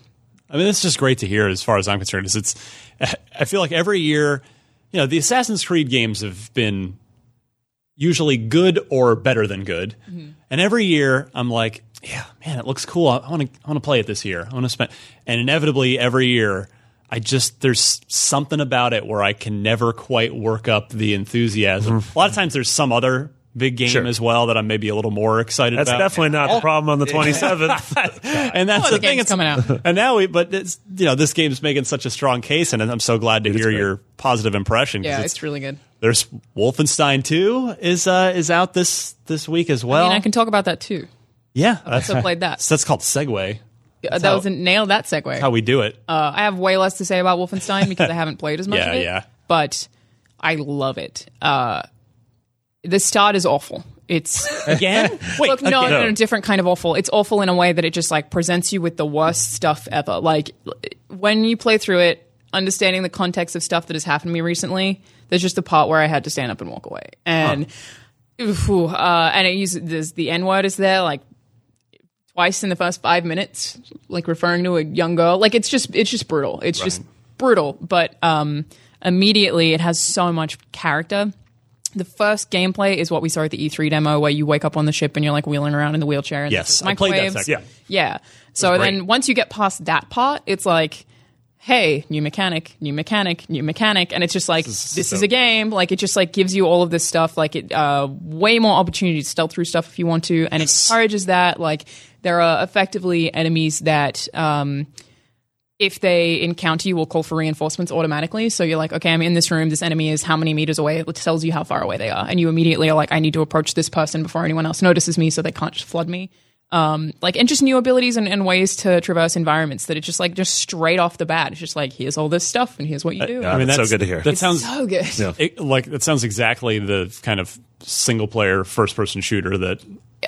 B: i mean this is just great to hear as far as i'm concerned is it's i feel like every year you know the assassin's creed games have been usually good or better than good and every year i'm like yeah man it looks cool i want to i want to play it this year i want to spend and inevitably every year I just there's something about it where I can never quite work up the enthusiasm. A lot of times there's some other big game as well that I'm maybe a little more excited
C: That's
B: about
C: definitely not the problem on the 27th.
B: and that's
D: Oh,
B: the, thing.
D: the game's
B: It's
D: coming out.
B: and now we, but it's you know this game's making such a strong case, and I'm so glad to hear
C: great.
B: your positive impression. 'cause
D: yeah,
B: it's-
D: it's really good.
B: there's Wolfenstein 2 is uh, is out this this week as well.
D: I mean, I can talk about that too.
B: yeah, that's,
D: So played that.
B: so that's called segue.
D: Uh, that
B: how-
D: was a nail that segue.
B: How we do it?
D: Uh, I have way less to say about Wolfenstein because I haven't played as much
B: Yeah,
D: of it.
B: yeah.
D: But I love it. Uh, the start is awful. It's
B: Again? Wait,
D: Look, no,
B: again?
D: no, no, different kind of awful. It's awful in a way that it just like presents you with the worst stuff ever. Like l- when you play through it, understanding the context of stuff that has happened to me recently, there's just the part where I had to stand up and walk away. And Ooh, uh, and it uses there's the N word is there like twice in the first five minutes, like referring to a young girl. Like it's just it's just brutal. It's just brutal. But um, immediately it has so much character. The first gameplay is what we saw at the E3 demo, where you wake up on the ship and you're like wheeling around in the wheelchair. And
B: Yes,
D: there's
B: I played that
D: microwaves.
B: section.
D: Yeah. So
B: great.
D: then once you get past that part, it's like, hey, new mechanic, new mechanic, new mechanic, and it's just like this is,
B: so-
D: a game. Like it just like gives you all of this stuff. Like it uh, way more opportunity to stealth through stuff if you want to, and it encourages that. Like there are effectively enemies that. Um, if they encounter you, will call for reinforcements automatically. So you're like, okay, I'm in this room. This enemy is how many meters away? It tells you how far away they are, and you immediately are like, I need to approach this person before anyone else notices me, so they can't just flood me. Um, like and just new abilities and, and ways to traverse environments that it's just like just straight off the bat. It's just like here's all this stuff and here's what you do.
C: yeah. That's so good to hear.
B: That sounds
D: so good.
B: it, like that sounds exactly the kind of single player first person shooter that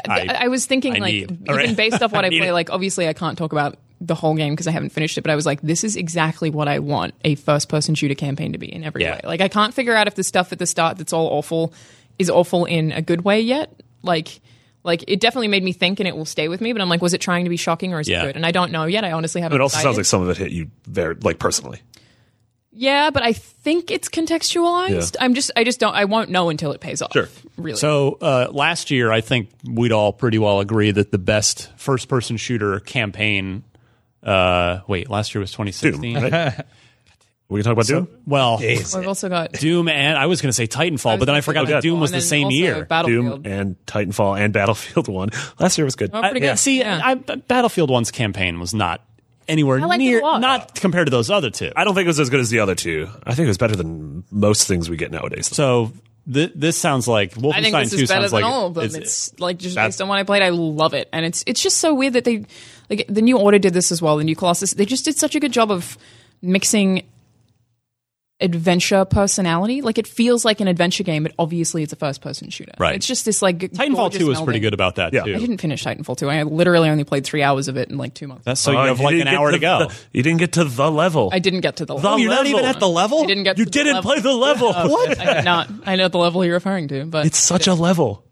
B: I,
D: I, I was thinking,
B: I
D: like,
B: need.
D: even
B: All right.
D: based off what I,
B: need
D: play,
B: it.
D: like, obviously I can't talk about the whole game because I haven't finished it, but I was like, this is exactly what I want a first person shooter campaign to be in every
B: Yeah.
D: way. Like, I can't figure out if the stuff at the start that's all awful is awful in a good way yet. Like, Like it definitely made me think, and it will stay with me. But I'm like, was it trying to be shocking or is
B: Yeah.
D: it good? And I don't know yet. I honestly haven't.
C: It also sounds
D: decided.
C: like some of it hit you very like personally.
D: yeah, but I think it's contextualized. I'm just, I just don't, I won't know until it pays off.
C: Sure.
D: really.
B: So uh, last year, I think we'd all pretty well agree that the best first-person shooter campaign. Uh, wait, last year was 2016.
C: We can talk about Doom.
B: Well,
D: We've also got
B: Doom and I was going to say Titanfall, but then I forgot that
C: Titanfall,
B: Doom was
D: and
B: the
D: then
B: same
D: also
B: year.
D: Battlefield.
C: Doom and Titanfall and Battlefield One. Last year was good.
D: Oh, pretty good.
B: See,
D: Yeah.
B: I, Battlefield One's campaign was not anywhere
D: I liked it
B: near,
D: a lot.
B: not compared to those other two.
C: I don't think it was as good as the other two. I think it was better than most things we get nowadays.
B: So th- this sounds like Wolfenstein
D: I think this
B: 2
D: is better
B: sounds
D: than
B: like
D: all of them. It's, like just
B: that-
D: based on what I played, I love it, and it's it's just so weird that they like the new order did this as well. The new Colossus, they just did such a good job of mixing adventure personality. Like it feels like an adventure game, but obviously it's a first person shooter.
B: Right.
D: It's just this like g-
B: Titanfall
D: gorgeous
B: Two was pretty
D: melding.
B: good about that
C: Yeah.
B: too.
C: I
D: I didn't finish Titanfall two. I literally only played three hours of it in like two months.
B: That's so you
C: Oh,
B: have like
C: didn't
B: an
C: get
B: hour to go.
C: the- you didn't get to the level.
D: I Oh, didn't get to
C: The
D: the level.
B: Oh, You're not even at the level.
D: I didn't get
C: you
D: to the
C: didn't
D: level.
C: play the level. what?
D: I did not. I know the level you're referring to, but
C: It's such a level.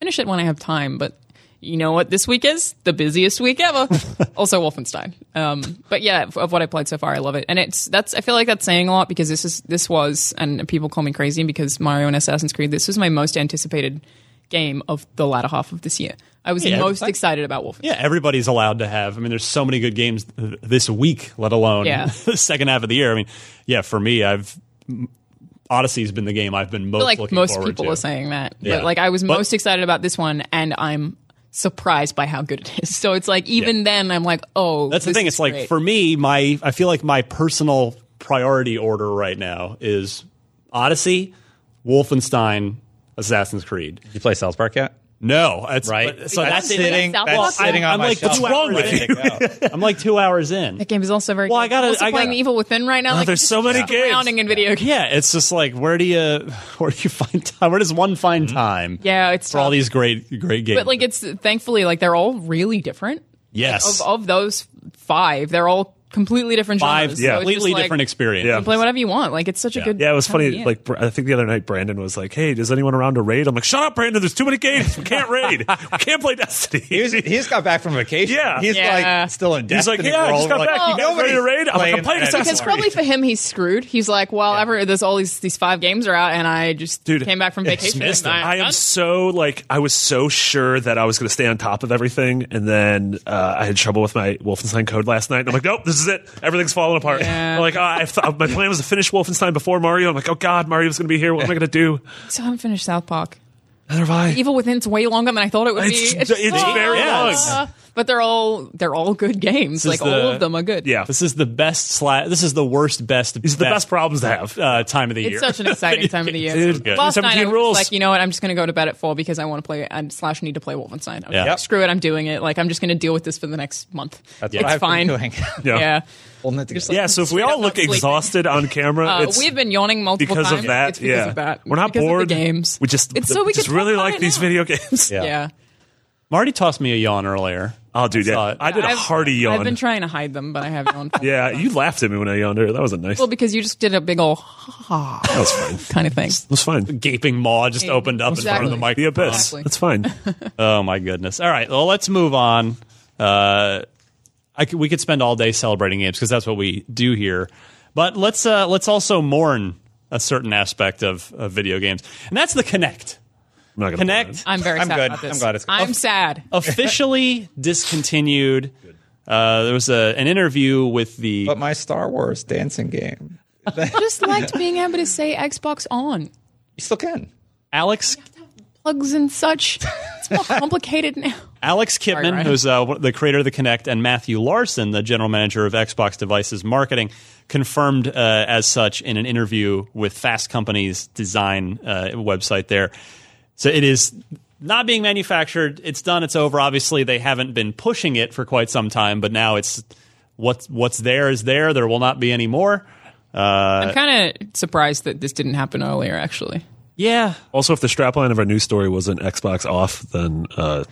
D: finish it when I have time, but you know what this week is? The busiest week ever. also Wolfenstein. Um, but yeah, of, of what I played so far, I love it. And it's that's I feel like that's saying a lot because this is this was and people call me crazy because Mario and Assassin's Creed, this was my most anticipated game of the latter half of this year. I was
B: Yeah,
D: most
B: I-
D: excited about Wolfenstein.
B: Yeah, everybody's allowed to have. I mean, there's so many good games th- this week, let alone
D: Yeah.
B: the second half of the year. I mean, yeah, for me, I've Odyssey's been the game I've been most
D: But, like
B: looking
D: most
B: forward
D: people
B: to.
D: are saying that.
B: Yeah.
D: But like I was
B: But-
D: most excited about this one and I'm surprised by how good it is. So it's like even then I'm like, oh
B: That's the
D: this
B: thing.
D: is
B: It's like
D: great.
B: for me, my I feel like my personal priority order right now is Odyssey, Wolfenstein, Assassin's Creed.
E: you play South Park yet?
B: No, that's
E: Right.
B: but- so
E: that's
B: that's, it.
E: sitting.
D: South
E: That's
D: Park?
E: sitting on
B: I'm
E: my
B: like,
E: shelf.
B: what's wrong with
E: ready to go.
B: I'm like two hours in.
D: That game is also very.
B: Well,
D: good.
B: I gotta-
D: Also
B: I
D: playing
B: gotta- Oh,
D: Evil Within right now. like,
C: there's
D: it's
C: so many
D: just
C: games.
D: drowning in video games.
B: Yeah, it's just like where do you where do you find time? Where does one find time?
D: Mm-hmm. Yeah, it's
B: for all
D: tough.
B: these great great games.
D: But like, it's thankfully like they're all really different.
B: yes,
D: Of, of those five, they're all completely different
B: five
D: genres.
C: yeah.
D: so it's just
B: completely
D: like,
B: different experience.
C: Yeah.
D: Play whatever you want. Like it's such a good.
C: Yeah, it was
D: time
C: funny.
D: of year.
C: Like Br- I think the other night, Brandon was like, "Hey, does anyone around to raid?" I'm like, "Shut up, Brandon. There's too many games. We can't raid. we can't play Destiny."
E: He was, he just got back from vacation.
C: Yeah.
E: He's
D: Yeah.
E: like still in
C: He's
E: Destiny
C: like, "Yeah, I just
E: world.
C: got
E: Like,
C: back. You guys ready
E: nobody's
C: to raid?" I'm like, "I'm
E: playing
C: playing
E: that
C: Assassin's
D: because
E: anymore."
C: Creed."
D: probably for him he's screwed. He's like, well, ever there's all these these five games are out, and I just
C: Dude,
D: came back from vacation.
B: missed
D: and
B: it.
D: I-
C: I am so like I was so sure that I was going to stay on top of everything, and then uh, I had trouble with my Wolfenstein code last night. And I'm like, nope, this is it. Everything's falling apart.
D: Yeah.
C: I'm like, oh, I thought, my plan was to finish Wolfenstein before Mario. I'm like, oh god, Mario's going to be here. What am I going to do?
D: so I haven't finished South Park.
C: Neither have I.
D: Evil Within's way longer than I thought it would
C: It's-
D: be.
C: it's very
D: Ah.
B: long.
D: But they're all they're all good games.
B: This
D: Like
B: is
D: all
B: the-
D: of them are good.
C: Yeah,
B: This is the best slash. This is the worst best.
C: these are the best problems to have.
B: uh, time of the
D: It's
B: year.
D: such an exciting time of the year.
C: Dude, yeah.
D: Last
C: 17
D: night I was
C: rules.
D: like, you know what? I'm just going to go to bed at four because I want to play and slash need to play Wolfenstein. I was
B: Yeah.
D: like,
B: Yep.
D: Screw it, I'm doing it. Like I'm just going to deal with this for the next month.
E: That's
D: it's
E: what I've
D: fine.
E: been doing.
C: Yeah.
D: Yeah.
E: Holding it together.
C: yeah, so if we
D: straight up
C: all
D: not
C: look
D: sleeping.
C: exhausted on camera,
D: Uh,
C: it's
D: we've been yawning multiple
C: because
D: times.
C: of that.
D: It's because
C: yeah,
D: of that.
C: we're not
D: Because of the
C: bored.
D: games.
C: We just
D: it's so we
C: just
D: could
C: really
D: talk about
C: like
D: it
C: these
D: now.
C: video games.
E: Yeah.
D: Yeah.
B: Marty tossed me a yawn earlier.
C: Oh, dude,
B: I
C: yeah.
B: saw it.
C: I did a
D: I've-
C: hearty yawn.
D: I've been trying to hide them, but I have yawned.
C: yeah, you laughed at me when I yawned. That wasn't nice.
D: Well, because you just did a big old ha
C: that was fine. It
D: kind of thing.
C: was fine.
B: Gaping maw just opened up in front of the mic.
D: Exactly.
C: The abyss.
D: Exactly.
C: That's fine.
B: Oh my goodness! All right, well let's move on. Uh, I could, we could spend all day celebrating games because that's what we do here. But let's uh, let's also mourn a certain aspect of, of video games, and that's the Connect.
C: I'm not gonna
B: Connect
D: I'm very
E: I'm
D: sad
E: good.
D: about this.
E: I'm glad it's-
D: I'm sad.
B: officially discontinued. Uh, there was a, an interview with the
E: But my Star Wars dancing game,
D: I just liked being able to say Xbox on.
E: you still can.
B: Alex
D: plugs and such. It's more complicated now.
B: Alex Kipman,
D: Ryan.
B: who's uh, one- the creator of the Kinect, and Matthew Larson, the general manager of Xbox Devices Marketing, confirmed uh, as such in an interview with Fast Company's design uh, website. There, so it is not being manufactured. It's done. It's over. Obviously, they haven't been pushing it for quite some time, but now it's what's what's there is there. There will not be any more. Uh,
D: I'm kind of surprised that this didn't happen earlier, actually.
B: Yeah,
C: Also, if the strapline of our news story wasn't Xbox off, then uh,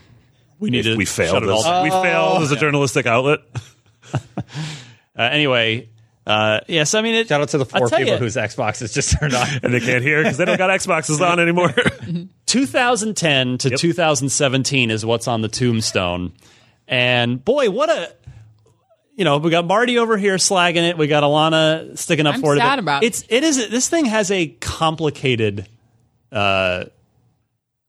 B: we need to
C: we
B: shut
C: failed.
B: it
C: As,
B: all down. Oh.
C: we failed as a journalistic outlet.
B: Uh, anyway, uh, yes, I mean it.
E: Shout out to the
B: I'll
E: four
B: tell
E: people
B: you-
E: whose Xboxes just turned on.
C: And they can't hear because they don't got Xboxes on anymore.
B: 2010 to 2017 is what's on the tombstone. And boy, what a you know, we got Marty over here slagging it. We got Alana sticking up
D: I'm
B: for it.
D: sad about it.
B: it's it is this thing has a complicated uh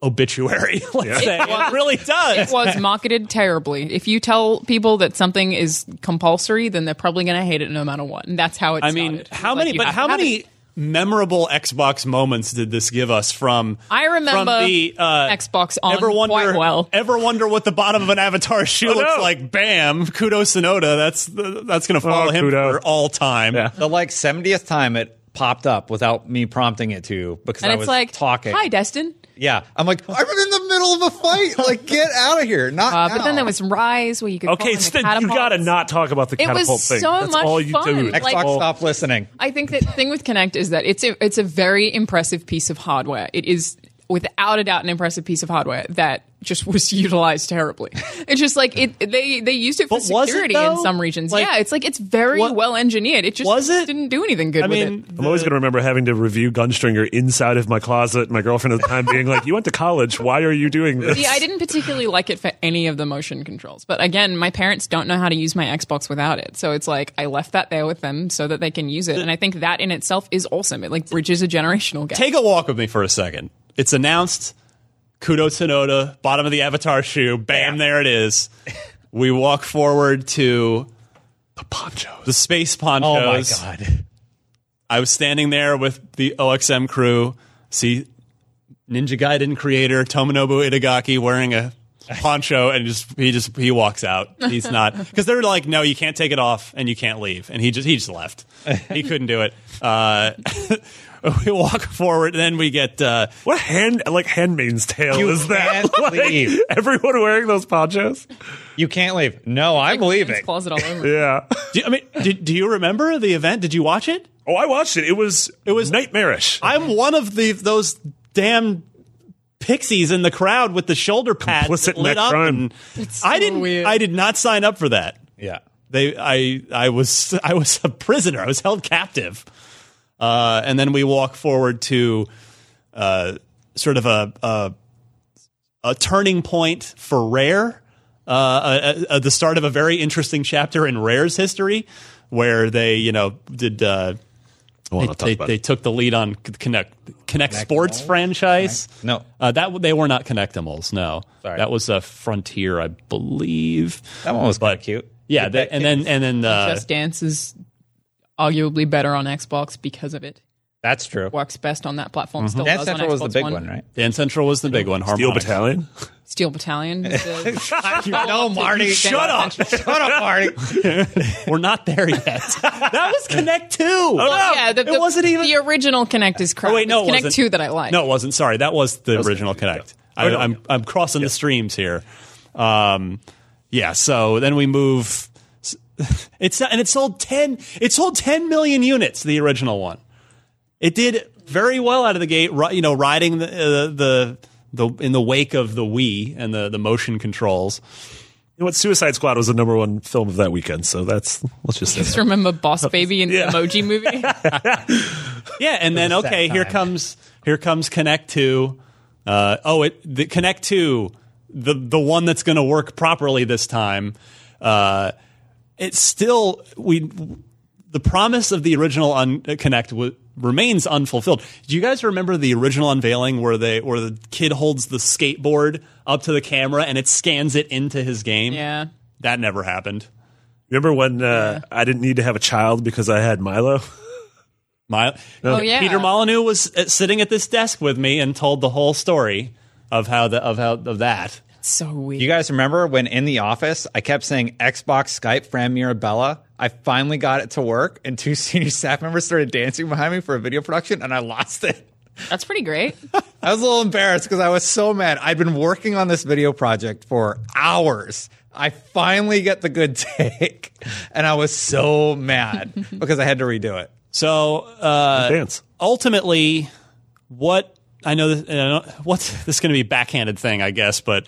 B: obituary. Let's say
D: It was-
B: it really does.
D: It was marketed terribly. If you tell people that something is compulsory, then they're probably going to hate it no matter what. And that's how it
B: I mean,
D: started.
B: how
D: Like,
B: many?
D: you
B: But
D: have to
B: how
D: have
B: many
D: it.
B: memorable Xbox moments did this give us? From
D: I remember
B: from the uh,
D: Xbox on
B: ever wonder,
D: quite well.
B: Ever wonder what the bottom of an Avatar shoe looks
C: no.
B: like? Bam! Kudo Sonoda. That's the, that's going to follow
C: Oh,
B: him
C: Kudo.
B: for all time.
C: Yeah.
E: The like seventieth time it popped up without me prompting it to because
D: And
E: I
D: it's
E: was
D: like,
E: talking.
D: hi, Destin.
E: yeah, I'm like I'm in the middle of a fight. Like get out of here. Not
D: Uh, but
E: now.
D: then there was Rise where you could.
C: Okay,
D: call in the
C: Sten, you
D: catapults.
C: gotta not talk about the
D: It was
C: catapult thing.
D: so
C: That's
D: much
C: all you
D: fun.
C: do.
D: Like-
E: Xbox, stop listening.
D: I think that the thing with Connect is that it's a, it's a very impressive piece of hardware. It is without a doubt an impressive piece of hardware that just was utilized terribly. It's just like it they they used it for
B: But was it,
D: security in
B: though?
D: some regions.
B: Like,
D: yeah, it's like it's very
B: what-
D: well engineered. It just
B: Was it?
D: didn't do anything good
B: I
D: with
B: mean,
D: it.
C: I'm always going to remember having to review Gunstringer inside of my closet. My girlfriend at the time being like, "You went to college. Why are you doing this?"
D: Yeah, I didn't particularly like it for any of the motion controls. But again, my parents don't know how to use my Xbox without it. So it's like I left that there with them so that they can use it. And I think that in itself is awesome. It like bridges a generational gap.
B: take a walk with me for a second. It's announced. Kudo Sonoda, bottom of the Avatar shoe. Bam! There it is. We walk forward to
C: The ponchos.
B: the space ponchos.
E: Oh my god.
B: I was standing there with the OXM crew, see Ninja Gaiden creator Tomonobu Itagaki wearing a poncho, and just he just he walks out. He's not because they're like, no, you can't take it off and you can't leave, and he just he just left. He couldn't do it. Uh, we walk forward, and then we get uh,
C: What hand like Handmaid's Tale
E: You
C: is that?
E: can't
C: Like,
E: leave.
C: everyone wearing those ponchos.
E: You can't leave. No, I'm leaving.
D: It's closet all over.
C: Yeah.
B: do, I mean, do, do you remember the event? Did you watch it?
C: Oh, I watched it. It was it was nightmarish.
B: I'm one of the those damn pixies in the crowd with the shoulder pads
C: Complicit
B: that
C: in
B: lit
C: that
B: up.
C: crime.
B: and-
D: so
B: I didn't.
D: weird.
B: I did not sign up for that.
E: Yeah.
B: They. I. I was. I was a prisoner. I was held captive. Uh, and then we walk forward to uh, sort of a, a a turning point for Rare. Uh, uh, uh, the start of a very interesting chapter in Rare's history, where they, you know, did uh,
C: Well,
B: they,
C: I'll talk
B: they-
C: about
B: they
C: it.
B: took the lead on Connect Connect, Sports franchise.
E: No.
B: uh, that they were not Connectimals. No,
E: Sorry.
B: that was a Frontier, I believe.
E: That one was
B: But-
E: quite cute.
B: Yeah,
E: Get
B: they,
E: back
B: and then
E: kids.
B: and then uh,
D: Just Dance is arguably better on Xbox because of it.
E: that's true.
D: Works best on that
B: Mm-hmm.
D: platform. Still
E: Dance
D: does
E: Central
D: on
E: was
D: Xbox
E: the big one, right?
B: Dan Central was the big one.
C: Steel
B: Harmonix.
C: Battalion.
D: Steel Battalion. is the-
E: you know, Marty.
D: Dance
E: Shut up. Shut up, Marty.
B: We're not there yet. that was Connect Two. Oh
D: Well, yeah, the, the-
B: it wasn't even.
D: the original Connect is crap.
B: Oh, wait, no,
D: it's
B: it
D: Connect
B: wasn't.
D: Two that I like.
B: No, it wasn't. Sorry, that was the original Connect. Oh, I,
C: no.
B: I'm I'm crossing the streams here. Um, yeah. So then we move. It's not, and it sold ten. It sold ten million units. The original one. It did very well out of the gate. ri- You know, riding the uh, the the in the wake of the Wii and the the motion controls.
C: You know what? Suicide Squad was the number one film of that weekend. So that's let's just say
D: Just
C: that.
D: remember Boss Baby and the Emoji Movie.
B: Yeah, and then
E: was that
B: okay, here
E: time.
B: comes here comes Connect Two. Uh, oh, it the Connect Two, the the one that's going to work properly this time. Uh, it's still we the promise of the original un- Connect w- remains unfulfilled. Do you guys remember the original unveiling where they where the kid holds the skateboard up to the camera and it scans it into his game?
D: yeah.
B: that never happened.
C: Remember when uh, I didn't need to have a child because I had Milo?
B: My,
D: Oh, yeah.
B: Peter Molyneux was uh, sitting at this desk with me and told the whole story of how the of how of that.
D: So weird.
E: You guys remember when in the office I kept saying Xbox Skype Fran Mirabella? I finally got it to work, and two senior staff members started dancing behind me for a video production, and I lost it.
D: That's pretty great.
E: I was a little embarrassed because I was so mad. I'd been working on this video project for hours. I finally get the good take, and I was so mad because I had to redo it.
B: So uh,
C: Dance.
B: ultimately, what I know, this, and I don't- what's this going to be a backhanded thing, I guess, but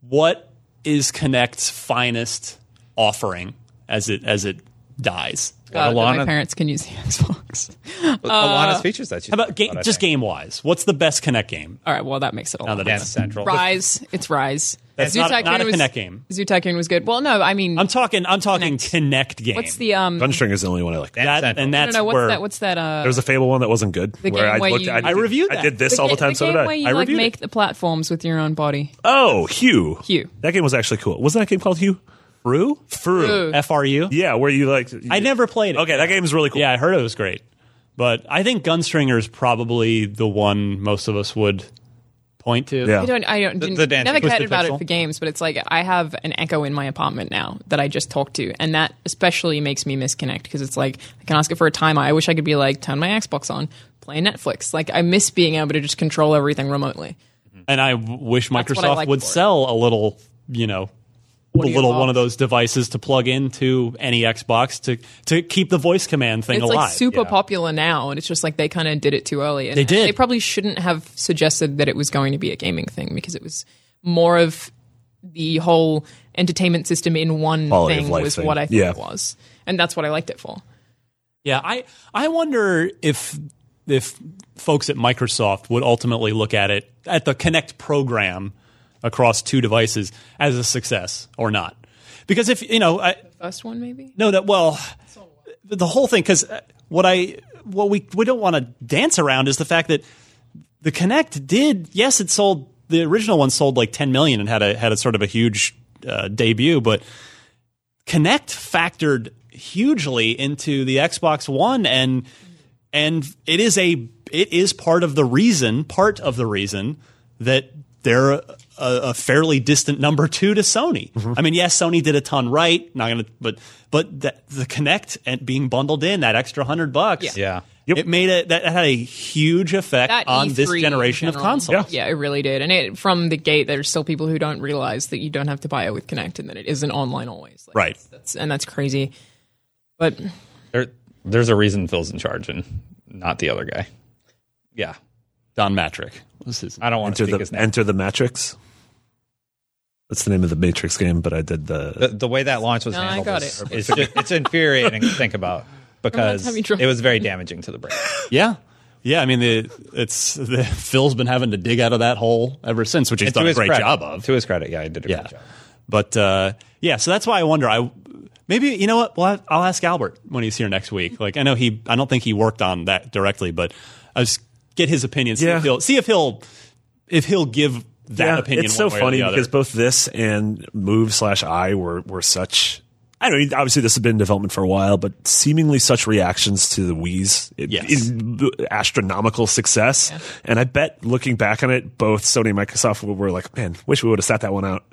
B: what is Connect's finest offering as it as it dies.
D: Uh, that my
E: Alana-
D: parents can use the Xbox.
E: Alana's features that you
B: Uh, How about ga- just game wise? What's the best Connect game?
D: All right, well that makes it a lot.
B: Now that
E: Dance
B: it's,
E: Central.
D: Rise, it's Rise.
B: That's
D: Zoo
B: not-
D: Tycoon
B: not a
D: was-
B: Kinect game.
D: Zoo Tycoon was good. Well, no, I mean,
B: I'm talking. I'm talking Connect game.
D: what's the um? I
C: Gunstring is the only one I like. There
B: that,
E: Central.
B: and
D: don't
B: that's
D: know what's
B: where
D: that. What's that? Uh,
C: was a Fable one that wasn't good. where
D: game
C: I
D: where
C: looked,
D: you-
C: I, did,
B: I
C: the-
B: reviewed
C: I
B: that.
C: did this
D: the
C: all
D: ga-
C: the time. so
D: game
C: did I.
D: where you
C: I
D: like
C: reviewed it.
D: make the platforms with your own body.
C: Oh, Hue.
D: Hue.
C: That game was actually cool. Wasn't that game called Hue? Fru? Fru.
D: Fru.
B: FRU?
C: Yeah, where you like.
B: I never played it.
C: Okay, that game is really cool.
B: Yeah, I heard it was great. But I think Gunstringer is probably the one most of us would point to.
C: Yeah.
D: I don't. I don't.
E: the
D: Didn't,
E: dancing
D: never cared
E: twisted
D: about
E: pixel.
D: it for games, but it's like I have an echo in my apartment now that I just talk to, and that especially makes me misconnect because it's like I can ask it for a timer. I wish I could be like turn my Xbox on, play Netflix. Like I miss being able to just control everything remotely.
B: And I w- wish
D: what I
B: Microsoft
D: like
B: would
D: for it.
B: sell a little, you know, a
D: do you
B: little
D: want?
B: one of those devices to plug into any Xbox to to keep the voice command thing
D: It's
B: alive.
D: like super
B: Yeah.
D: popular now, and it's just like they kind of did it too early. And
B: They did.
D: They probably shouldn't have suggested that it was going to be a gaming thing because it was more of the whole entertainment system in one
C: Quality of
D: thing
C: life
D: was
C: thing.
D: what I thought
C: Yeah.
D: it was, and that's what I liked it for.
B: Yeah, I I wonder if if folks at Microsoft would ultimately look at it at the Connect program across two devices as a success or not. Because if you know, I,
D: First one, maybe.
B: No, that well, the whole thing because what I what we we don't want to dance around is the fact that the Connect did yes, it sold the original one sold like 10 million and had a had a sort of a huge uh, debut, but Connect factored hugely into the Xbox One and and it is a it is part of the reason part of the reason that they're a, a fairly distant number two to Sony. I mean, yes, Sony did a ton right. Not gonna, but but the, the Connect and being bundled in that extra hundred bucks,
E: Yeah.
B: it made a that had a huge effect
D: That
B: on this
D: E3 in
B: generation of
D: general.
B: consoles.
D: Yeah, it really did. And it, from the gate, there's still people who don't realize that you don't have to buy it with Connect and that it isn't online always. Like,
B: Right.
D: That's, and that's crazy. But
E: There, there's a reason Phil's in charge and not the other guy. Yeah.
B: Don Uh, Matrick. What's his
E: I don't want to
C: Enter
E: speak his
C: the,
E: name.
C: Enter the Matrix. That's the name of the Matrix game, but I did
E: the,
C: the.
E: the way that launch was
D: No, I
E: handled
D: got
E: is-
D: it.
E: is ju- it's infuriating to think about because
D: time you drove-
E: it was very damaging to the brain.
B: Yeah. Yeah, I mean, the, it's the, Phil's been having to dig out of that hole ever since, which he's
E: And
B: done
E: to
B: a
E: his
B: great
E: credit-
B: job of.
E: To his credit, yeah, I did a
B: yeah.
E: great job.
B: But uh, yeah, so that's why I wonder. I maybe you know what? Well, I'll ask Albert when he's here next week. Like I know he, I don't think he worked on that directly, but I just get his opinion. See
C: Yeah.
B: if he'll see if he'll if he'll give that
C: Yeah,
B: opinion.
C: it's so
B: one way or
C: funny
B: the other.
C: because both this and Move slash I were were such. I don't. know, Obviously, this has been in development for a while, but seemingly such reactions to the Wii's it-
B: Yes.
C: in- astronomical success. And I bet, looking back on it, both Sony and Microsoft were- were like, "Man, wish we would have sat that one out."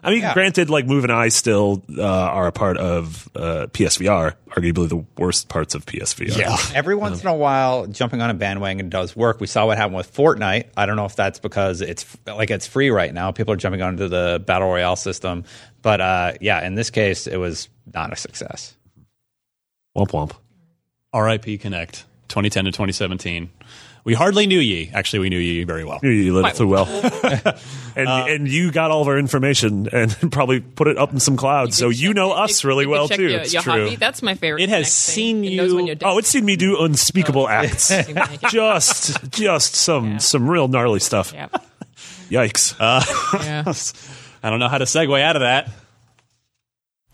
C: I mean,
E: Yeah.
C: granted, like Move and I still uh, are a part of uh, PSVR, arguably the worst parts of PSVR.
B: Yeah.
E: Every once in a while, jumping on a bandwagon does work. We saw what happened with Fortnite. I don't know if that's because it's like it's free right now. People are jumping onto the battle royale system, but uh, yeah, in this case, it was not a success.
C: Womp womp.
B: R.I.P. Connect 2010 to 2017. We hardly knew ye. Actually, we knew ye very well.
C: You- You lit it through well, and
D: Uh,
C: and you got all of our information and probably put it up in some cloud, so you know us really
D: You
C: well
D: check
C: too.
D: Your,
C: it's
D: your
C: true.
D: heartbeat, That's my favorite.
B: It has
D: Kinect thing.
B: seen
D: It knows
B: you-
D: when you're dead.
C: Oh, it's seen me do unspeakable acts. just just some some real gnarly stuff.
D: yeah.
C: Yikes!
B: Uh,
D: yeah.
B: I don't know how to segue out of that.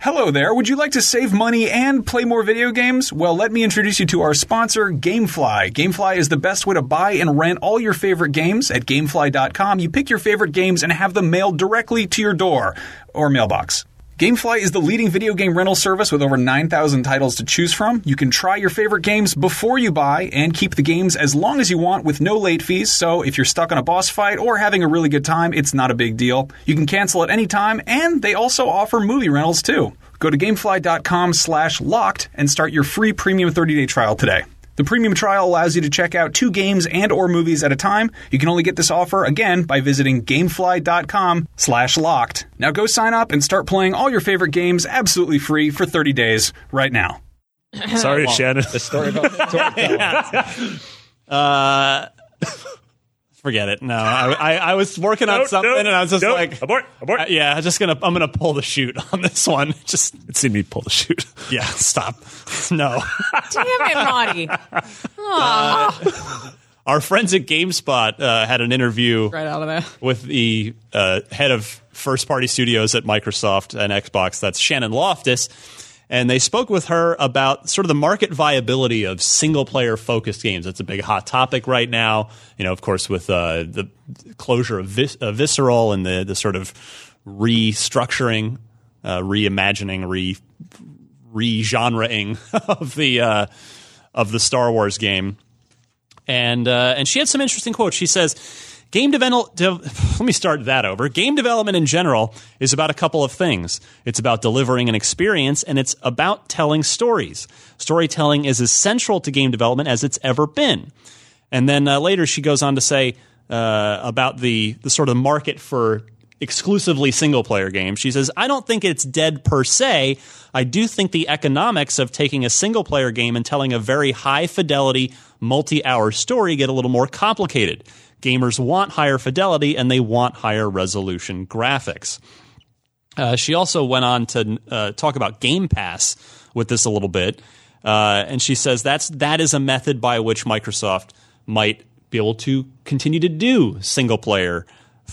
A: Hello there. Would you like to save money and play more video games? Well, let me introduce you to our sponsor, Gamefly. Gamefly is the best way to buy and rent all your favorite games. At gamefly.com, you pick your favorite games and have them mailed directly to your door or mailbox. Gamefly is the leading video game rental service with over 9,000 titles to choose from. You can try your favorite games before you buy and keep the games as long as you want with no late fees. So if you're stuck on a boss fight or having a really good time, it's not a big deal. You can cancel at any time, and they also offer movie rentals too. Go to gamefly.com slash locked and start your free premium 30-day trial today. The premium trial allows you to check out two games and or movies at a time. You can only get this offer again by visiting gamefly.com slash locked. Now go sign up and start playing all your favorite games absolutely free for 30 days right now.
C: Sorry, Shannon.
E: The story about
B: Uh, forget it. No, I, I, I was working on
C: Nope,
B: something,
C: nope,
B: and I was just
C: nope.
B: like,
C: Abort, abort.
B: Uh, yeah, I'm just gonna I'm gonna pull the shoot on this one. Just
C: It's seen me pull the shoot.
B: yeah, stop. No,
D: Damn it, Roddy. Aw,
B: our friends at GameSpot uh, had an interview
D: right out of there.
B: with the uh, head of first party studios at Microsoft and Xbox. That's Shannon Loftus. And they spoke with her about sort of the market viability of single player focused games. That's a big hot topic right now. You know, of course, with uh, the closure of Vis- uh, Visceral and the, the sort of restructuring, uh, reimagining, re re-genreing of the uh, of the Star Wars game and uh, and she had some interesting quotes. She says, "Game development. De- let me start that over. Game development in general is about a couple of things. It's about delivering an experience, and it's about telling stories. Storytelling is as central to game development as it's ever been." And then uh, later she goes on to say uh, about the the sort of market for exclusively single player games. She says, "I don't think it's dead per se. I do think the economics of taking a single player game and telling a very high fidelity multi hour story get a little more complicated. Gamers want higher fidelity and they want higher resolution graphics." Uh, she also went on to uh, talk about Game Pass with this a little bit, uh, and she says that's that is a method by which Microsoft might be able to continue to do single player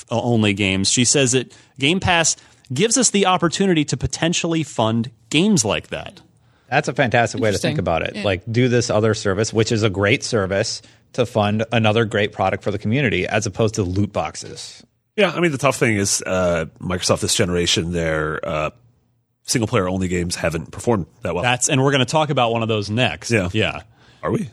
B: uh, only games. She says that Game Pass gives us the opportunity to potentially fund games like that.
E: That's a fantastic way to
D: Interesting.
E: think about it.
D: Yeah.
E: Like, do this other service, which is a great service to fund another great product for the community, as opposed to loot boxes.
C: Yeah, I mean the tough thing is uh, Microsoft this generation, their uh, single player only games haven't performed that well.
B: That's and we're going to talk about one of those next.
C: Yeah.
B: yeah,
C: Are we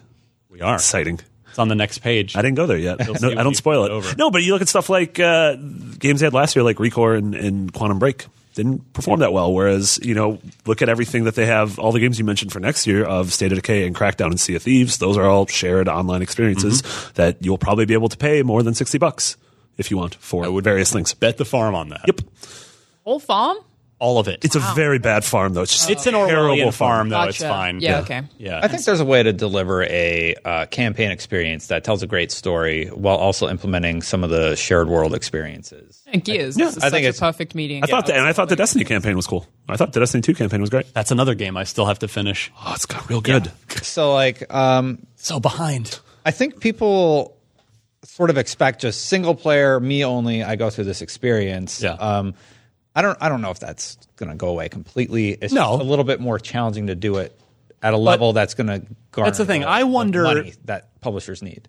B: we are. It's
C: exciting?
B: on the next page.
C: I didn't go there yet. No,
B: see
C: I
B: when you
C: don't spoil it.
B: flip it over.
C: No, but you look at stuff like uh, games they had last year, like Recore and, and Quantum Break, didn't perform that well. Whereas, you know, look at everything that they have, all the games you mentioned for next year of State of Decay and Crackdown and Sea of Thieves. Those are all shared online experiences
B: Mm-hmm.
C: that you'll probably be able to pay more than sixty bucks if you want for various things.
B: Bet the farm on that.
C: Yep,
D: Whole farm?
B: all of it.
C: it's a very bad farm though. It's just
B: it's an
C: terrible
B: Orwellian farm, though. It's
D: Gotcha.
B: fine.
D: Yeah, okay.
B: yeah.
E: I think there's a way to deliver a uh, campaign experience that tells a great story while also implementing some of the shared world experiences.
D: Gears.
C: Yeah,
D: this is
E: I think
D: such
E: it's-
D: a perfect meeting.
C: I thought that, and I thought the Destiny campaign was cool. I thought the Destiny two campaign was great.
B: That's another game I still have to finish.
C: Oh, it's got real good.
E: So, like, um,
B: So behind.
E: I think people sort of expect just single player, me only. I go through this experience.
B: Yeah.
E: Um, I don't. I don't know if that's going to go away completely. It's
B: No.
E: just a little bit more challenging to do it at a level that's going to garner.
B: That's the thing. I wonder-
E: money that publishers need.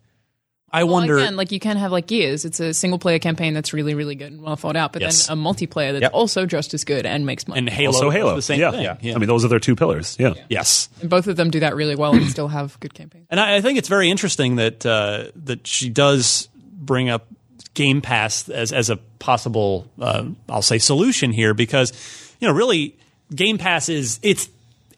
B: I
D: Well,
B: wonder.
D: again, like you can have like Gears. It's a single player campaign that's really, really good and well thought out, but
B: Yes.
D: then a multiplayer that's
E: Yep.
D: also just as good and makes money.
B: and
D: And,
B: Halo,
C: Also,
B: does
C: Halo.
B: the same
C: yeah.
B: thing.
C: yeah, I mean, those are their two pillars. Yeah,
B: yes.
D: both of them do that really well and still have good campaigns.
B: And I, I think it's very interesting that uh, that she does bring up Game Pass as as a possible, uh, I'll say, solution here because you know really Game Pass is it's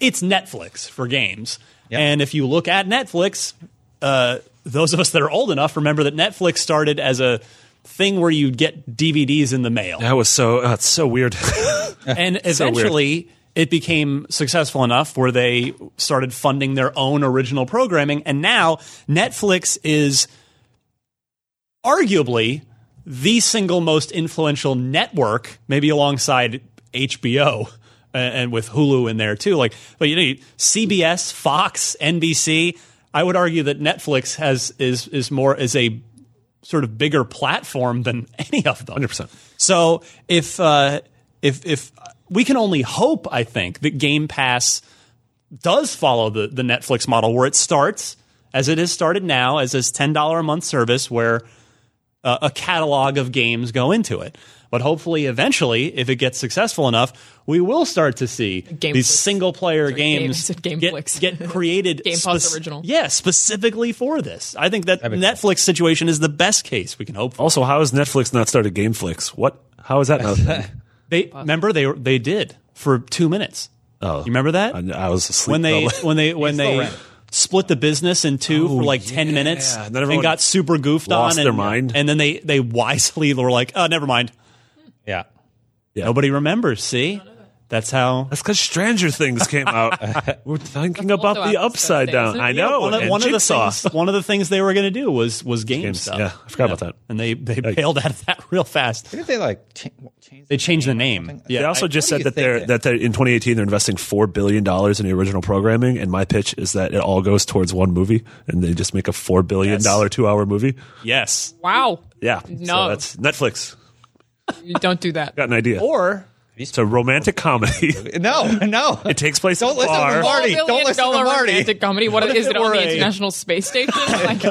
B: it's Netflix for games, and if you look at Netflix, uh, those of us that are old enough remember that Netflix started as a thing where you'd get DVDs in the mail.
C: that was so. Uh, it's so weird.
B: and eventually it became successful enough where they started funding their own original programming and now netflix is arguably the single most influential network maybe alongside hbo a- and with hulu in there too like but you know cbs fox nbc i would argue that netflix has is is more is a sort of bigger platform than any of them.
C: 100%.
B: So if uh, if if we can only hope, I think that Game Pass does follow the the Netflix model, where it starts as it is started now as this ten dollar a month service, where uh, a catalog of games go into it. But hopefully, eventually, if it gets successful enough, we will start to see
D: Gameflix.
B: these single player
D: game- I
B: games
D: said
B: get,
D: Gameflix.
B: get created.
D: Game Pass original.
B: Yeah, specifically for this. I think that Netflix situation is the best case we can hope for.
C: Also, how has Netflix not started GameFlix? What? How is that not? a thing?
B: They remember they they did for two minutes. Oh, you remember that
C: I, I was asleep.
B: when they
C: though.
B: when they when
E: still
B: they
E: ran.
B: split the business in two for like ten minutes
C: Then
B: and
C: Oh, everyone
B: got super goofed
C: lost
B: on
C: their
B: and,
C: mind.
B: and then they they wisely were like, oh, never mind.
E: Yeah.
B: Nobody remembers. See, That's how
C: That's because Stranger Things came out. We're thinking
D: That's
C: about
D: also
C: the
D: out this
C: upside
D: Thursday,
C: down.
D: isn't it?
C: I
D: Yeah,
C: know.
B: one of,
C: and
B: one of the
C: Jigsaw.
B: things one of the things they were going to do was was game
C: Games,
B: stuff.
C: yeah. I forgot about that.
B: And they they bailed out of that real fast.
E: Didn't they like cha- change?
B: They changed the name.
C: They
B: Yeah,
C: also
E: I-
C: just said
E: what do you
C: that they're
E: think?
C: that they're, in 2018 they're investing four billion dollars in the original programming, and my pitch is that it all goes towards one movie, and they just make a four billion
B: Yes.
C: dollar two hour movie.
B: yes.
D: Wow.
C: Yeah,
D: No.
C: so that's Netflix.
D: You don't do that.
C: Got an idea?
B: Or
C: it's a romantic comedy.
E: No, no.
C: it takes place
E: Don't
C: in a
E: listen to
C: bar.
E: Mark. Marty, don't
D: Billion
E: listen to
D: dollar
E: Marty.
D: romantic comedy. What, is
B: if
D: it
B: it
D: on
B: were
D: the
B: a-
D: International Space Station? Like,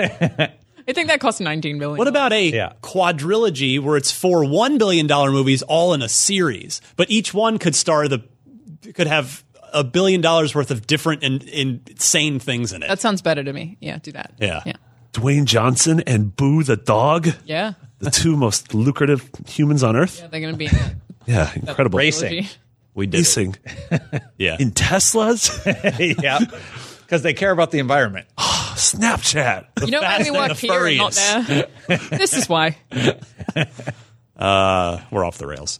D: I think that cost 19 million.
B: what about a
E: Yeah.
B: quadrilogy where it's four one billion dollar movies all in a series, but each one could star the could have a billion dollars worth of different and insane things in it.
D: That sounds better to me. Yeah, do that.
B: Yeah.
D: Yeah.
C: Dwayne Johnson and Boo the dog,
D: Yeah.
C: the two most lucrative humans on earth.
D: They're going to be
C: Yeah, incredible.
E: Racing.
B: we did. It.
C: Racing
B: Yeah.
C: in Teslas,
E: yeah. Because they care about the environment.
C: Snapchat.
D: You know why
B: Fast
D: we
B: and
D: work
B: the
D: here and not there? this is why.
B: Uh, we're off the rails.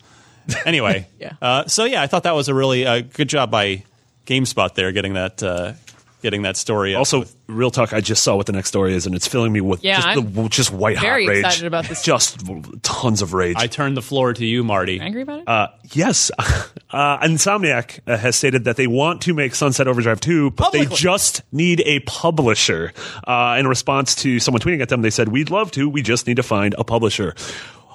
B: Anyway,
D: Yeah.
B: Uh, so yeah, I thought that was a really uh, good job by GameSpot there getting that uh, getting that story. up.
C: Also, real talk. I just saw what the next story is, and it's filling me with
D: Yeah,
C: just,
D: I'm
C: the, just white
D: very
C: hot rage.
D: excited about this.
C: Just tons of rage.
B: I turn the floor to you, Marty.
D: Angry about it?
C: uh, yes, uh, Insomniac uh, has stated that they want to make Sunset Overdrive two, but they
B: Publicly.
C: just need a publisher. Uh, in response to someone tweeting at them, they said, "We'd love to. We just need to find a publisher."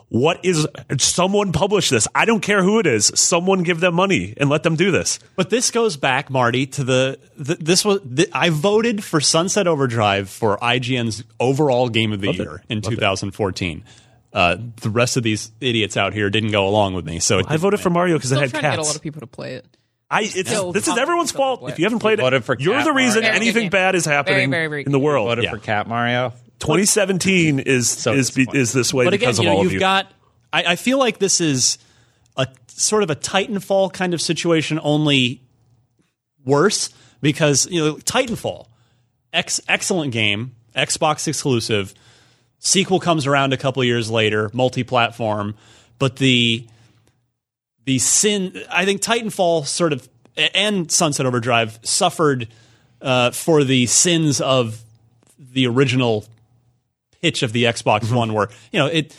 C: What is someone publish this? I don't care who it is. Someone give them money and let them do this.
B: But this goes back, Marty, to the, th this was th- I voted for Sunset Overdrive for IGN's overall game of the year in 2014. Uh, the rest of these idiots out here didn't go along with me, so it
C: I voted for Mario because I
D: Still
C: had
D: trying to get a
C: cats.
D: lot of people to play it.
C: I, it's,
D: Still
C: this is
D: top
C: everyone's
D: couple
C: fault.
D: players.
C: If you haven't played
E: Voted for
C: it, you're
E: Cat
C: the reason
D: Mario. Very good
C: anything
D: game.
C: bad is happening
D: Very, very, very
C: in the
D: good
C: world.
E: Voted
C: Yeah.
E: for Cat Mario.
C: 2017 is is be-
E: disappointing.
C: is this way
B: but again,
C: because
B: you
C: of
B: know,
C: all
B: you've
C: of you.
B: got. I, I feel like this is a sort of a Titanfall kind of situation, only worse because you know Titanfall, ex- excellent game, Xbox exclusive. Sequel comes around a couple years later, multi-platform, but the the sin. I think Titanfall sort of and Sunset Overdrive suffered uh, for the sins of the original pitch of the Xbox One, where you know it.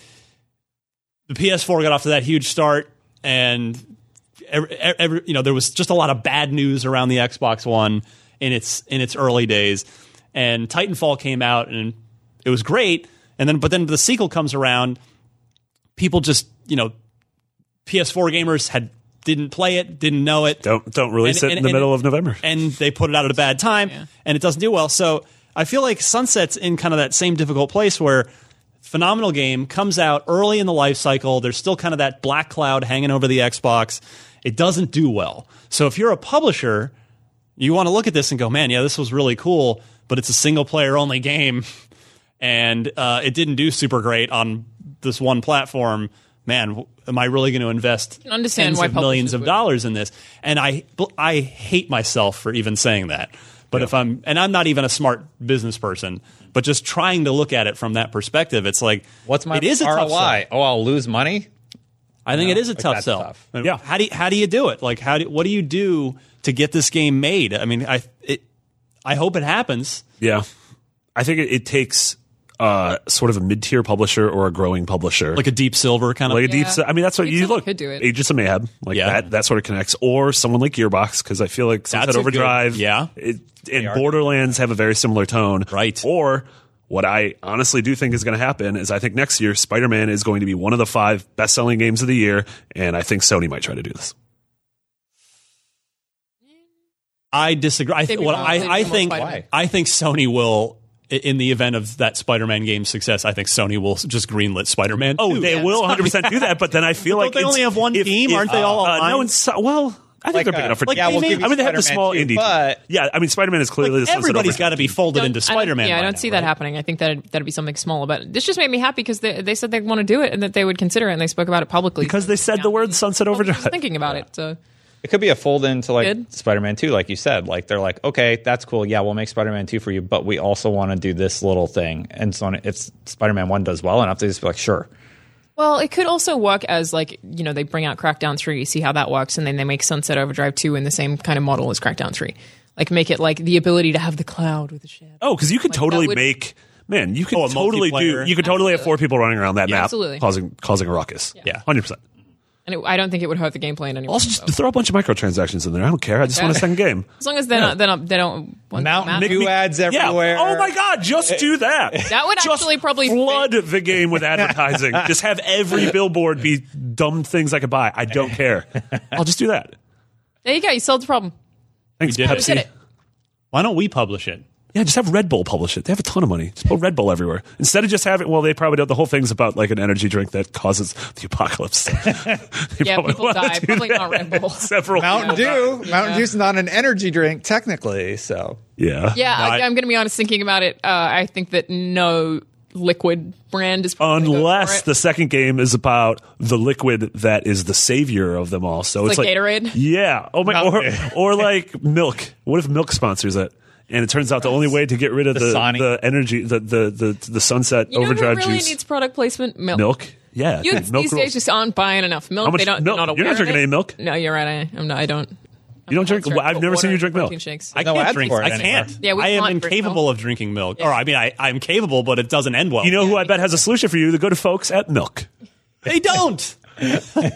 B: The PS4 got off to that huge start, and every, every, you know there was just a lot of bad news around the Xbox One in its in its early days. And Titanfall came out, and it was great. And then, but then the sequel comes around. People just you know, PS4 gamers had didn't play it, didn't know it
C: Don't don't release
B: And-
C: it in
B: and-
C: the
B: and-
C: middle of November.
B: and they put it out at a bad time and it doesn't do well. So I feel like Sunset's in kind of that same difficult place where phenomenal game comes out early in the life cycle. There's still kind of that black cloud hanging over the Xbox. It doesn't do well. So if you're a publisher, you want to look at this and go, man, yeah, this was really cool, but it's a single player only game and uh, it didn't do super great on this one platform. Man, w- am I really going to invest
D: can understand
B: tens
D: why
B: of millions
D: publishers
B: of
D: would.
B: dollars in this? And I, bl- I hate myself for even saying that. But if I'm, and I'm not even a smart business person, but just trying to look at it from that perspective, it's like,
E: What's my
B: It is a
E: ROI?
B: tough sell.
E: Oh, I'll lose money?
B: I think it is a
E: like,
B: tough
E: that's
B: sell.
E: tough.
B: I mean,
C: Yeah.
B: How do you, how do you do it? Like how do, what do you do to get this game made? I mean, I it, I hope it happens.
C: Yeah, I think it, it takes uh, sort of a mid tier publisher or a growing publisher,
B: Like a deep silver kind of
C: Like a deep.
D: Yeah.
C: I mean, that's what
D: Deep
C: you
D: Silver
C: look.
D: could do it.
C: Agents of Mayhem, like
B: Yeah.
C: that. That sort of connects, or someone like Gearbox, because I feel like Sunset
B: That's a good-
C: Overdrive,
B: yeah.
C: it, and Borderlands have a very similar tone,
B: Right.
C: Or what I honestly do think is going to happen is I think next year Spider Man is going to be one of the five best selling games of the year, and I think Sony might try to do this.
B: I disagree. I th-
D: Maybe
B: what
D: not. Maybe
B: I, I
D: not
B: think
D: Spider-Man.
B: I think Sony will i- in the event of that Spider-Man game's success. I think Sony will s- just greenlit Spider-Man.
C: Oh, they will 100 percent do that. But then I feel
B: Don't
C: like
B: they
C: it's-
B: only have one team? Aren't they all
C: uh, No,
B: aligned?
C: and so, well, I think they're big
E: uh,
C: enough for.
E: like, yeah, we'll give you
C: I mean, they have the
E: Spider-Man
C: small
E: too,
C: indie. team.
E: but-
C: yeah, I mean, Spider Man is clearly the sunset
B: everybody's
C: overdrive.
B: got to be folded into
D: I don't-
B: Spider-Man.
D: Yeah, I
B: by
D: don't
B: now,
D: see
B: right?
D: that happening. I think that that'd be something small. But this just made me happy because they, they said they want to do it and that they would consider it, and they spoke about it publicly
C: because they said the word Sunset
D: Well, I was
C: Overdrive.
D: Thinking about it, so
E: It could be a fold into like
D: Good.
E: Spider Man 2, like you said. Like they're like, okay, that's cool. Yeah, we'll make Spider Man 2 for you, but we also want to do this little thing. And so on. if Spider Man 1 does well enough, they just be like, sure.
D: Well, it could also work as like you know they bring out Crackdown three, see how that works, and then they make Sunset Overdrive two in the same kind of model as Crackdown three, like make it like the ability to have the cloud with the ship.
C: Oh, because you could
D: Like, that
C: totally
D: would-
C: make man, you could
B: Oh, a
C: totally do.
B: multiplayer.
C: You could totally have four people running around that map,
D: Absolutely.
C: causing causing a ruckus.
B: Yeah.
C: hundred percent.
D: And it, I don't think it would hurt the gameplay in any way.
C: Also,
D: though.
C: just throw a bunch of microtransactions in there. I don't care. I just want a
D: Okay.
C: second game.
D: as long as they're not, they're not, they don't want
E: Mountain
D: map.
E: Dew ads everywhere.
C: Yeah. Oh my God, just do that.
D: That would
C: Just
D: actually probably
C: flood the game with advertising. just have every billboard be dumb things I could buy. I don't care. I'll just do that.
D: There you go. You solved the problem.
C: Thanks,
B: did it.
C: Pepsi.
D: Did it.
B: Why don't we publish it?
C: Yeah, just have Red Bull publish it. They have a ton of money. Just put Red Bull everywhere instead of just having. Well, they probably don't. The whole thing's about like an energy drink that causes the apocalypse. They
D: Yeah,
C: probably
D: people
C: wanna
D: die.
C: do
D: Probably
C: that.
D: not Red Bull.
C: Several
E: Mountain
C: people die.
E: Dew. Mountain Dew's not an energy drink technically, so
C: Yeah.
D: Yeah,
B: No,
D: I,
B: I-
D: I'm going to be honest. Thinking about it, uh, I think that no liquid brand is
C: Oh,
D: probably gonna go for
C: Unless
D: it.
C: the second game is about the liquid that is the savior of them all. So it's,
D: It's like
C: like
D: Gatorade?
C: Yeah. Oh my. Or, or like milk. What if milk sponsors it? And it turns out the only way to get rid of the
E: The
C: the,
E: Sonic.
C: energy the the the, the sunset
D: you know
C: overdrive
D: who really
C: juice
D: needs product placement? Milk.
C: milk. Yeah.
D: You,
C: dude, milk
D: these
C: rules.
D: days just aren't buying enough milk.
C: How much
D: they don't.
C: milk?
D: They're not
C: You're not
D: aware of
C: drinking
D: it.
C: any milk?
D: No, you're right. I, I'm not. I don't.
C: you don't drink.
D: Well,
C: I've never seen you drink milk.
D: Shakes.
B: I
E: No
B: can't
E: ads
B: drink.
E: for it
B: I
E: anywhere.
B: can't.
D: Yeah, we
B: I am
D: can't drink
B: incapable
D: milk.
B: of drinking milk. Or I mean, I, I'm capable, but it doesn't end well.
C: You know who I bet has a solution for you? The good folks at Milk.
B: they don't. they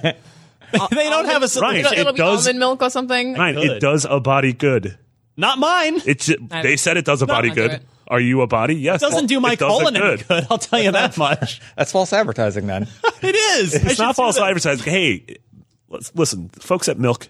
B: don't have a
C: Ryan,
B: solution.
D: It'll, it'll
C: it
D: be
C: does-
D: almond milk or something.
C: Ryan,
B: Good.
C: it does a body good.
B: Not mine. It
C: It's they said it does a body
D: I'll do
C: good.
D: it.
C: Are you a body? Yes.
B: doesn't do my
C: It does it
B: colon any good. I'll tell you that much.
E: that's false advertising then.
B: it is. I
C: It's
B: should
C: not
B: do
C: false
B: that.
C: advertising. Hey, let's, listen, folks at Milk,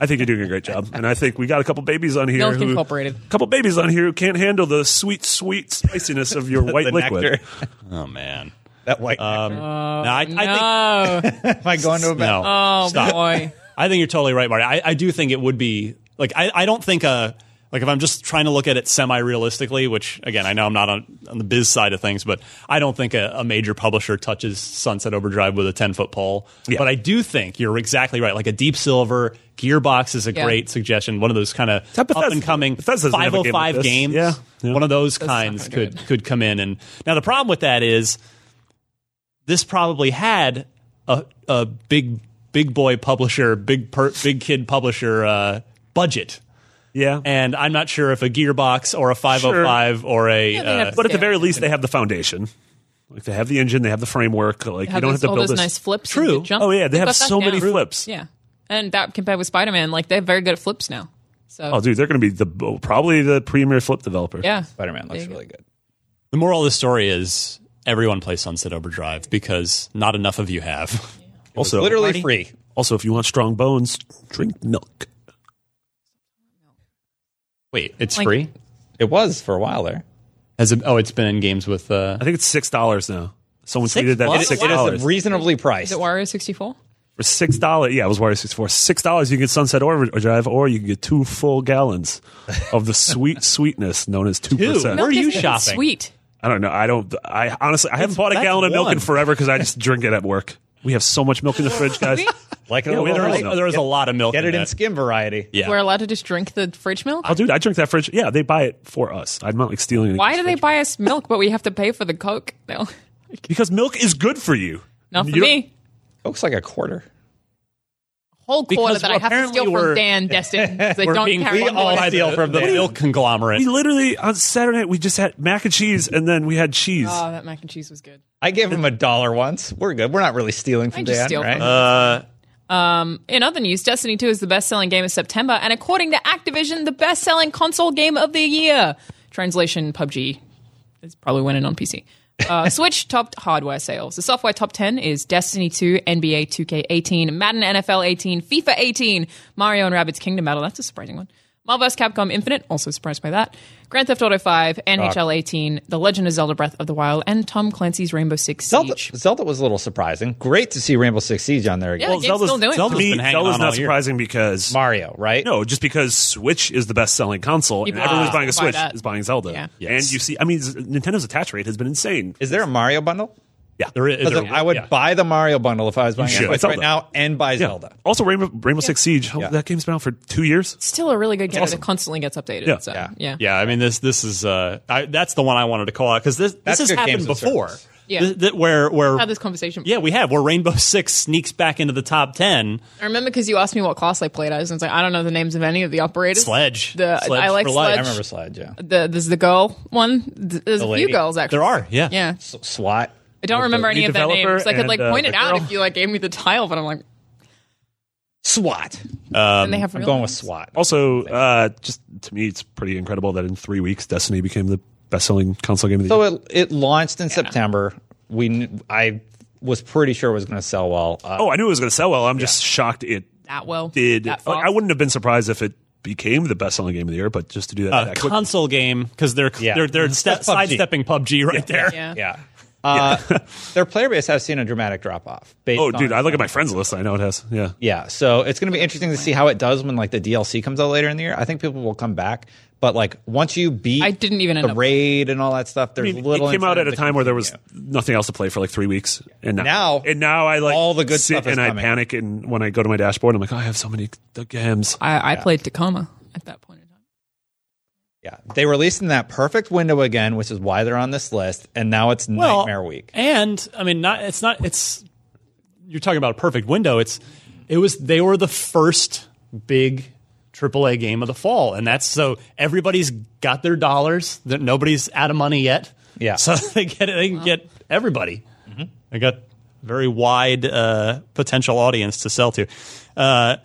C: I think you're doing a great job, and I think we got a couple babies on here.
D: Milk
C: who,
D: Incorporated.
C: A couple babies on here who can't handle the sweet, sweet spiciness of your white
E: the
C: liquid.
E: nectar.
B: Oh man.
E: That white. nectar.
B: no, I, I
D: Uh, no.
E: Am I going to a
B: think no.
D: oh
B: Stop.
D: boy.
B: I think you're totally right, Marty. I, I do think it would be like I, I don't think uh like if I'm just trying to look at it semi realistically, which again I know I'm not on, on the biz side of things, but I don't think a, a major publisher touches Sunset Overdrive with a ten foot pole.
C: Yeah.
B: But I do think you're exactly right. Like a Deep Silver, Gearbox is a
D: Yeah.
B: great suggestion. One of those kind of
C: Bethesda-
B: up and coming
C: Bethesda doesn't have a game
B: 505
C: like this.
B: games.
C: Yeah. Yeah.
B: One of those
D: not
B: kinds
D: gonna do
B: could could come in and now the problem with that is this probably had a a big big boy publisher, big per, big kid publisher uh, budget,
C: Yeah.
B: and I'm not sure if a Gearbox or a 505 or a
D: they have
B: uh,
D: to
C: but at the
D: Yeah.
C: very least, they have the foundation. Like they have the engine, they have the framework. Like you
D: Have
C: don't have
D: those,
C: to
D: all
C: build
D: those
C: this.
D: nice flips. and
B: True.
D: good jump.
C: Oh yeah, they
D: They've
C: have
D: got that
C: so many
D: down.
C: flips.
D: Yeah, and that compared with Spider Man, like they're very good at flips now. So
C: Oh, dude, they're going to be the probably the premier flip developer.
D: yeah,
E: Spider Man looks
D: There you
E: really good.
B: the moral of the story is everyone plays Sunset Overdrive because not enough of you have.
C: Also,
E: Literally free.
C: Also, if you want strong bones, drink milk.
B: Wait, it's
D: Like-
B: free?
E: It was for a while there.
B: Has it, oh, it's been in games with uh,
C: I think it's six dollars now. Someone
B: Six
C: tweeted that
B: bucks?
C: it's six
E: It
C: dollars
E: is reasonably priced.
D: Is it Wario sixty four?
C: for six dollars. Yeah, it was Warrior six four. Six dollars, you can get Sunset Overdrive, or you can get two full gallons of the sweet sweetness known as two percent.
B: Where are you
D: Milk isn't even
B: shopping?
D: Sweet.
C: I don't know. I don't. I honestly, I haven't bought a
B: that's
C: gallon of milk
B: one.
C: in forever because I just drink it at work. We have so much milk in the fridge, guys.
E: Like it
C: Yeah,
E: or
C: we-
E: not,
B: there was,
C: no.
B: there was a lot of milk.
E: get it in
B: that.
E: skim variety.
B: Yeah.
D: We're allowed to just drink the fridge milk.
C: Oh, dude, I drink that fridge. Yeah, they buy it for us. I'm not like stealing. it.
D: Why do they buy us milk, but we have to pay for the Coke? No,
C: Because milk is good for you.
D: not for
C: You don't-
D: me.
E: Looks like a quarter.
D: Whole quarter
B: Because
D: that I have to
B: apparently
D: steal
B: we're-
D: from Dan Destin. 'cause I
B: We're
D: don't
B: being-
D: carry
B: we
D: one Oh,
B: all
D: more.
B: buy
E: steal
B: the,
E: from
B: the
E: them.
B: milk conglomerate.
C: We literally on Saturday night we just had mac and cheese and then we had cheese.
D: Oh, that mac and cheese was good.
E: I gave him a dollar once. We're good. We're not really stealing from
D: I just
E: Dan,
D: steal
E: right?
D: from In other news, Destiny 2 is the best selling game of September, and according to Activision, the best selling console game of the year. Translation PUBG is probably winning on PC. Uh, Switch topped hardware sales. The software top 10 is Destiny 2, NBA 2K18, Madden NFL 18, FIFA 18, Mario and Rabbids Kingdom Battle. That's a surprising one. Marvel vs. Capcom Infinite, also surprised by that. Grand Theft Auto 5, NHL 18, The Legend of Zelda Breath of the Wild, and Tom Clancy's Rainbow Six
E: Zelda,
D: Siege.
E: Zelda was a little surprising. Great to see Rainbow Six Siege on there again.
D: Yeah, the game's still doing
B: Zelda's
D: it.
B: been
C: Me,
B: hanging
C: Bella's
B: on
C: not
B: all year.
C: surprising because
E: Mario, right?
C: No, just because Switch is the best selling console and
D: People
C: everyone's
D: buy
C: buying a
D: that.
C: Switch is buying Zelda.
D: Yeah.
B: Yes.
C: And you see, I mean, Z- Nintendo's attach rate has been insane.
E: Is there a Mario bundle?
C: Yeah.
B: There is.
E: Because
B: There,
E: if I would
B: yeah.
E: buy the Mario bundle if I was buying
C: should.
E: Xbox right
C: Zelda.
E: now and buy Zelda.
C: Also, Rainbow, Rainbow Six Siege. Oh,
E: Yeah.
C: That game's been out for two years.
D: Still a really good game that constantly gets updated.
C: Yeah.
D: So,
E: Yeah.
D: yeah.
B: Yeah, I mean this this is uh I, that's the one I wanted to call out because this
E: That's
B: this has
E: good
B: happened
E: games of
B: before.
E: service.
D: Yeah.
B: Th- that where where
D: Had this conversation.
B: yeah we have where Rainbow Six sneaks back into the top ten.
D: I remember because you asked me what class I played as, and it's like I don't know the names of any of the operators.
B: Sledge.
D: The-
B: Sledge
D: I like
B: for life.
E: I
D: Sledge.
E: remember Slide, yeah.
D: The, there's the girl one. Th- There's a few
E: lady.
D: girls actually.
B: There are yeah
D: Yeah.
E: S- SWAT.
D: I don't remember any
C: lead
D: of their
C: developer
D: names. I could like
C: and, uh,
D: point it
C: the
D: out
C: girl.
D: if you like gave me the tile, but I'm like,
E: SWAT.
D: and they have.
E: I'm
D: real
E: going with
D: names.
E: SWAT.
C: Also, uh, just to me, it's pretty incredible that in three weeks, Destiny became the best-selling console game of the
E: So
C: year.
E: it it launched in September. We kn- I was pretty sure it was going to sell well. Uh,
C: Oh, I knew it was going to sell well. I'm just shocked it
D: that well.
C: did.
D: That
C: Like,
D: fast.
C: I wouldn't have been surprised if it became the best-selling game of the year, but just to do that,
B: a
C: that quick-
B: console game because they're
E: Yeah.
B: they're they're ste-
E: PUBG.
B: sidestepping PUBG right there.
D: Yeah.
E: yeah. Uh, their player base has seen a dramatic drop off.
C: oh, dude, I look at my friends list. I know it has. Yeah,
E: Yeah, so it's going to be interesting to see how it does when like the DLC comes out later in the year. I think people will come back, but like once you beat,
D: I didn't even end
E: the
D: up-
E: raid and all that stuff. There's
C: I mean,
E: little.
C: it came out at a
E: incentive to
C: time where there was
E: continue.
C: nothing else to play for like three weeks, and now,
E: Now,
C: and now I like
E: all the good
C: sit
E: stuff is
C: and I
E: coming.
C: panic, and when I go to my dashboard, I'm like, oh, I have so many good games.
D: I, I played Tacoma at that point in time.
E: yeah, they released in that perfect window again, which is why they're on this list. And now it's nightmare week.
B: And I mean, not it's not it's you're talking about a perfect window. It's it was they were the first big AAA game of the fall, and that's so everybody's got their dollars. That nobody's out of money yet.
E: Yeah. Mm-hmm.
B: so they get it. They can get everybody. They got very wide uh, potential audience to sell to. Uh,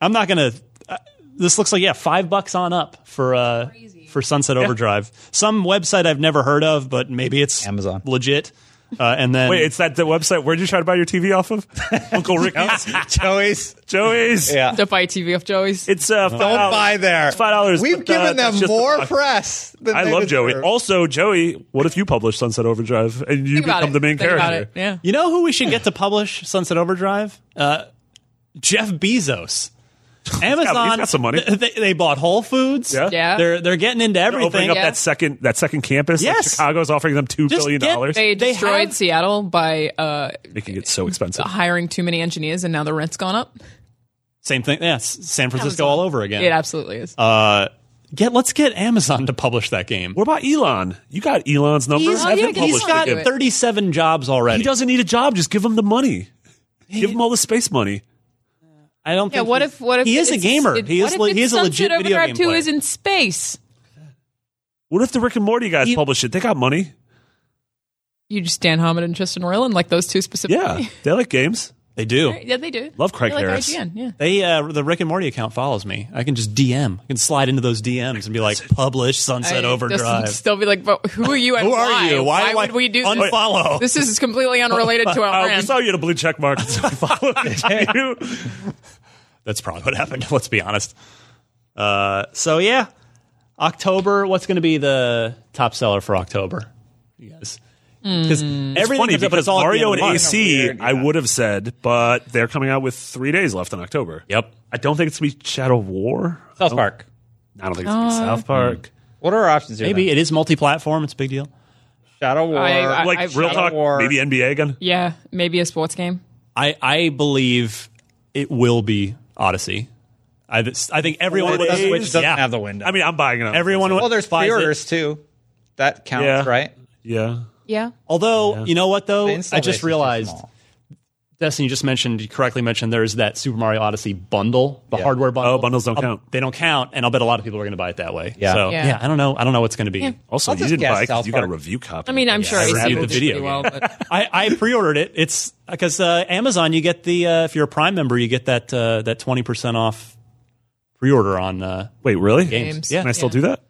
B: I'm not gonna. Uh, this looks like yeah, five bucks on up for uh, for Sunset Overdrive. Some website I've never heard of, but maybe it's
E: Amazon.
B: legit. Uh, and then
C: Wait, it's that the website. Where'd you try to buy your TV off of? Uncle Ricky's,
E: Joey's
C: Joey's.
E: Yeah.
D: Don't buy TV off Joey's.
C: It's uh, five
E: Don't buy there.
C: It's five dollars. uh,
E: We've given them more press. Than
C: I
E: they
C: love Joey.
E: deserve.
C: Also, Joey, what if you publish Sunset Overdrive and you
D: Think about
C: become
D: it.
C: the main
D: Think about
C: character?
D: it. Yeah.
B: You know who we should get to publish Sunset Overdrive? Uh, Jeff Bezos. Amazon.
C: got some money.
B: They, they bought Whole Foods.
C: Yeah?
D: Yeah.
B: They're they're getting into
C: Opening
B: everything.
C: up
D: Yeah.
C: that second that second campus. like
B: Yes.
C: Chicago's offering them two
B: Just
C: billion
B: get-
C: dollars.
D: They
B: They
D: destroyed
B: have-
D: Seattle by uh,
C: Making it so expensive.
D: hiring too many engineers, and now the rent's gone up.
B: Same thing. Yeah, S- San Francisco
D: Amazon.
B: all over again.
D: It absolutely is.
B: Uh, get let's get Amazon to publish that game.
C: What about Elon? You got Elon's number.
D: Elon,
C: Have
D: yeah,
C: him
D: he's
B: He's
C: publish the
B: got
D: do
C: game.
D: it.
B: 37 jobs already.
C: He doesn't need a job. Just give him the money. Give him all the space money.
B: I don't.
D: yeah.
B: think
D: What
B: he-
D: if? What if?
B: he is a
D: it's-
B: gamer?
D: it-
B: he
D: what
B: is.
D: if
B: le-
D: it's
B: he is a
D: Sunset
B: legit video
D: Overdrive
B: game
D: 2
B: player.
D: is in space.
C: What if the Rick and Morty guys publish it? They got money.
D: You just Dan Harmon and Tristan Roiland, like those two
C: Yeah,
D: specifically.
C: they like games.
B: they do.
D: yeah, they do.
C: Love Craig
D: They're like
C: Harris.
D: IGN, yeah.
B: They uh, the Rick and Morty account follows me. I can just DM. I can slide into those DMs and be like, publish Sunset
D: I-
B: Overdrive.
D: Just, they'll be like, but who are you and
B: Who are
D: why?
B: you? Why
D: Why,
B: do I
D: would we do this?
B: unfollow? Oh,
D: This is completely unrelated to
C: Uh,
D: our
C: we
D: brand.
C: saw you had a blue check mark. so we followed you.
B: That's probably what happened. Let's be honest. Uh, so yeah, October. What's going to be the top seller for October? You guys, because everything
C: Funny
B: comes up, but
C: because
B: it's all at the
C: Mario
B: end
C: and
B: of the month.
C: AC,
E: Weird,
C: I would have said, but they're coming out with three days left in October.
B: Yep.
C: I don't think it's gonna be Shadow War.
E: South Park.
C: I don't think it's gonna be
D: Uh,
C: South Park.
E: What are our options? Here,
B: Maybe
E: then?
B: it is multi-platform. It's a big deal.
E: Shadow War.
D: I- I-
C: Like
D: I've-
C: real
E: Shadow
C: talk,
E: War.
C: maybe NBA again.
D: yeah, maybe a sports game.
B: I I believe it will be Odyssey. I, th- I think everyone
C: Well,
B: would
C: it is-
E: Switch doesn't
B: yeah.
E: have the window.
C: I mean, I'm buying it.
B: Everyone would
E: well, there's
B: buys it.
E: pre-orders too. That counts,
C: Yeah.
E: right?
C: yeah.
D: Yeah.
B: Although you know what though,
E: The
B: I
E: install base is
B: just
E: too
B: realized
E: small.
B: Destiny you just mentioned, you correctly mentioned, there's that Super Mario Odyssey bundle, the
E: Yeah.
B: hardware bundle.
C: Oh, bundles don't
B: I'll-
C: count.
B: They don't count, and I'll bet a lot of people are going to buy it that way.
E: Yeah.
B: So yeah.
D: Yeah.
B: I don't know. I don't know what's going to be.
C: Also,
E: I'll
C: you
E: just
C: didn't
E: guess
C: buy it 'cause
E: South
C: you got a
E: Park.
C: review copy.
D: I mean, I'm sure
B: I
D: AC
B: reviewed
D: will
B: the
D: do
B: video
D: pretty
B: game.
D: well, but
B: I, I pre-ordered it. It's because uh, Amazon, you get the uh, if you're a Prime member, you get that uh, that twenty percent off pre-order on uh,
C: Wait, really?
B: games.
D: Games.
B: Yeah.
C: Can I still do that?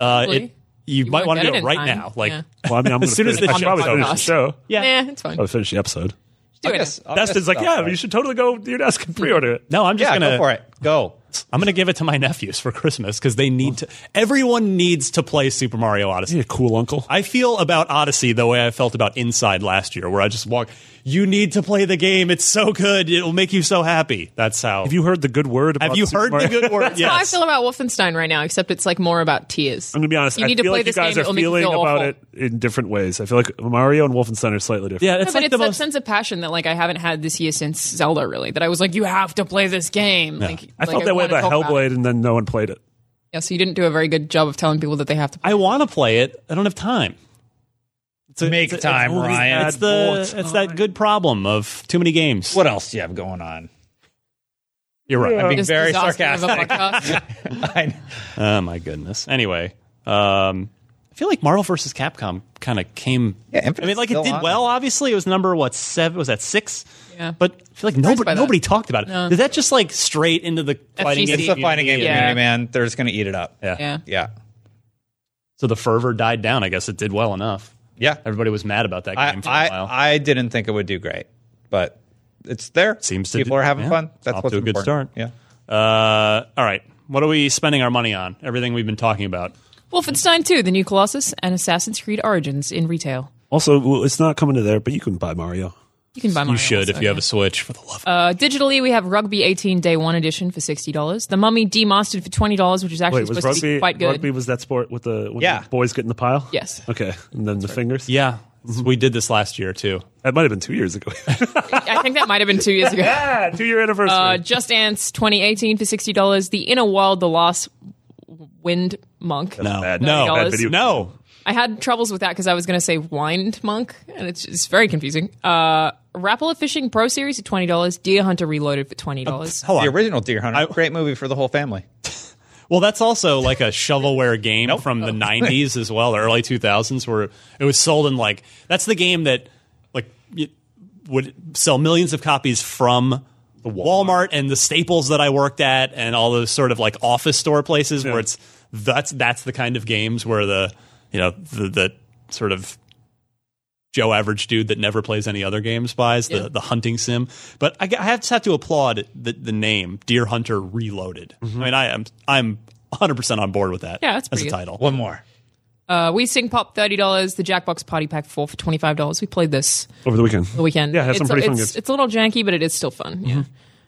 B: Uh, it,
D: Probably.
B: you, might
D: won't
B: want to
D: get
B: do
D: it
B: it
D: in
B: right
D: time.
B: now. Like
D: Yeah.
C: Well, I mean, I'm
B: As soon as
C: I
B: this
C: should
B: show
C: probably finish the
D: comes
C: show.
B: yeah. Oh,
D: yeah, it's fine.
C: Probably finish the episode.
D: Do it.
E: Yes, I'll
C: Dustin's
E: guess
C: like,
E: South
C: yeah,
E: Park.
C: you should totally go to your desk and pre-order it.
B: No, I'm just
E: Yeah,
B: gonna
E: go for it. Go.
B: I'm gonna give it to my nephews for Christmas because they need to. Everyone needs to play Super Mario Odyssey.
C: You're a cool uncle.
B: I feel about Odyssey the way I felt about Inside last year, where I just walk. you need to play the game. It's so good. It'll make you so happy. That's how.
C: Have you heard the good word? About
B: Have you
C: Super
B: heard
C: Mario?
B: the good word?
D: That's how I
B: yes.
D: feel about Wolfenstein right now, except it's like more about tears.
C: I'm gonna be honest.
D: You
C: I
D: need to
C: feel
D: play
C: like you
D: this
C: guys are
D: game. It'll make you
C: feeling
D: feel
C: about
D: awful.
C: it in different ways. I feel like Mario and Wolfenstein are slightly different.
B: yeah,
D: No,
B: it's
D: but
B: like
D: it's
B: the
D: that
B: most.
D: sense of passion that like I haven't had this year since Zelda really. That I was like, you have to play this game. Like,
C: I
D: like,
C: felt that way
D: wanna
C: about
D: talk it.
C: Hellblade, and then no one played it.
D: Yeah, so you didn't do a very good job of telling people that they have to. play
B: I want to play it. I don't have time. It's a-
E: Make
B: a-
E: time,
B: it's
E: Ryan.
B: It's the it's that good problem of too many games.
E: What else do you have going on?
B: You're right.
E: I'm being
D: This
E: very
D: disaster of a
E: sarcastic.
D: podcast.
E: I know.
B: Oh my goodness. Anyway, um, I feel like Marvel vs. Capcom kind of came.
E: Yeah,
B: I
E: Infinite's
B: mean, like it
E: still
B: did
E: on.
B: well. Obviously, it was number what seven? Was that six?
D: Yeah.
B: But I feel like
D: by
B: nobody
D: that.
B: nobody talked about it. Is that just like straight into the fighting
D: FGC.
B: game?
D: It's
E: It's a fighting game
B: community?
D: Yeah.
E: community, man. They're just going to eat it up.
B: Yeah.
D: yeah.
E: Yeah.
B: So the fervor died down. I guess it did well enough.
E: Yeah.
B: Everybody was mad about that
E: I,
B: game for a while.
E: I, I didn't think it would do great, but it's there.
B: Seems to
E: people
B: do-
E: are having
B: yeah.
E: fun. That's
B: Off
E: what's
B: to a good
E: important.
B: start.
E: Yeah.
B: uh, all right. What are we spending our money on? Everything we've been talking about.
D: Wolfenstein 2: The New Colossus and Assassin's Creed Origins in retail.
C: Also, well, it's not coming to there, but you can buy Mario.
D: You can buy. Mario
B: You should
D: also,
B: if you have
D: yeah.
B: a Switch. For the love of
D: Uh, digitally, we have Rugby 18 Day One Edition for sixty dollars. The Mummy demastered for twenty dollars, which is actually
C: Wait, was
D: supposed to
C: rugby?
D: be quite good.
C: Rugby was that sport with the when
E: Yeah.
C: the boys get in the pile.
D: Yes.
C: Okay, and then the fingers.
B: yeah, we did this last year too.
C: that might have been two years ago.
D: I think that might have been two years ago.
C: yeah, two year Ah, anniversary.
D: Uh, Just Dance 2018 for sixty dollars. The Inner World: The Last Wind Monk.
B: No,
C: bad.
B: no,
D: Bad
C: video.
B: no.
D: I had troubles with that because I was going to say Wind Monk, and it's it's very confusing. Uh, Rapala Fishing Pro Series at twenty dollars. Deer Hunter Reloaded for twenty dollars.
C: Oh.
B: Hold
E: The
B: on.
E: original Deer Hunter, great movie for the whole family.
B: Well, that's also like a shovelware game from the 90s as well, or early 2000s, where it was sold in like that's the game that like y- would sell millions of copies from the Walmart. and the Staples that I worked at, and all those sort of like office store places where it's that's that's the kind of games where the you know the the sort of Joe average dude that never plays any other games buys the, the hunting sim. But I, g- I have just have to applaud the, the name Deer Hunter Reloaded. I mean, I am I'm 100 percent on board with that.
D: Mm-hmm. Yeah, that's
B: as a
D: pretty good.
B: title.
E: One more.
D: Uh, we Sing Pop thirty dollars. The Jackbox Party Pack four for twenty five dollars. We played this
C: Over the weekend.
D: the weekend.
C: Yeah, it has some
D: it's,
C: pretty fun
D: it's,
C: games. Mm-hmm.
D: It's a little janky, but it is still fun. Yeah.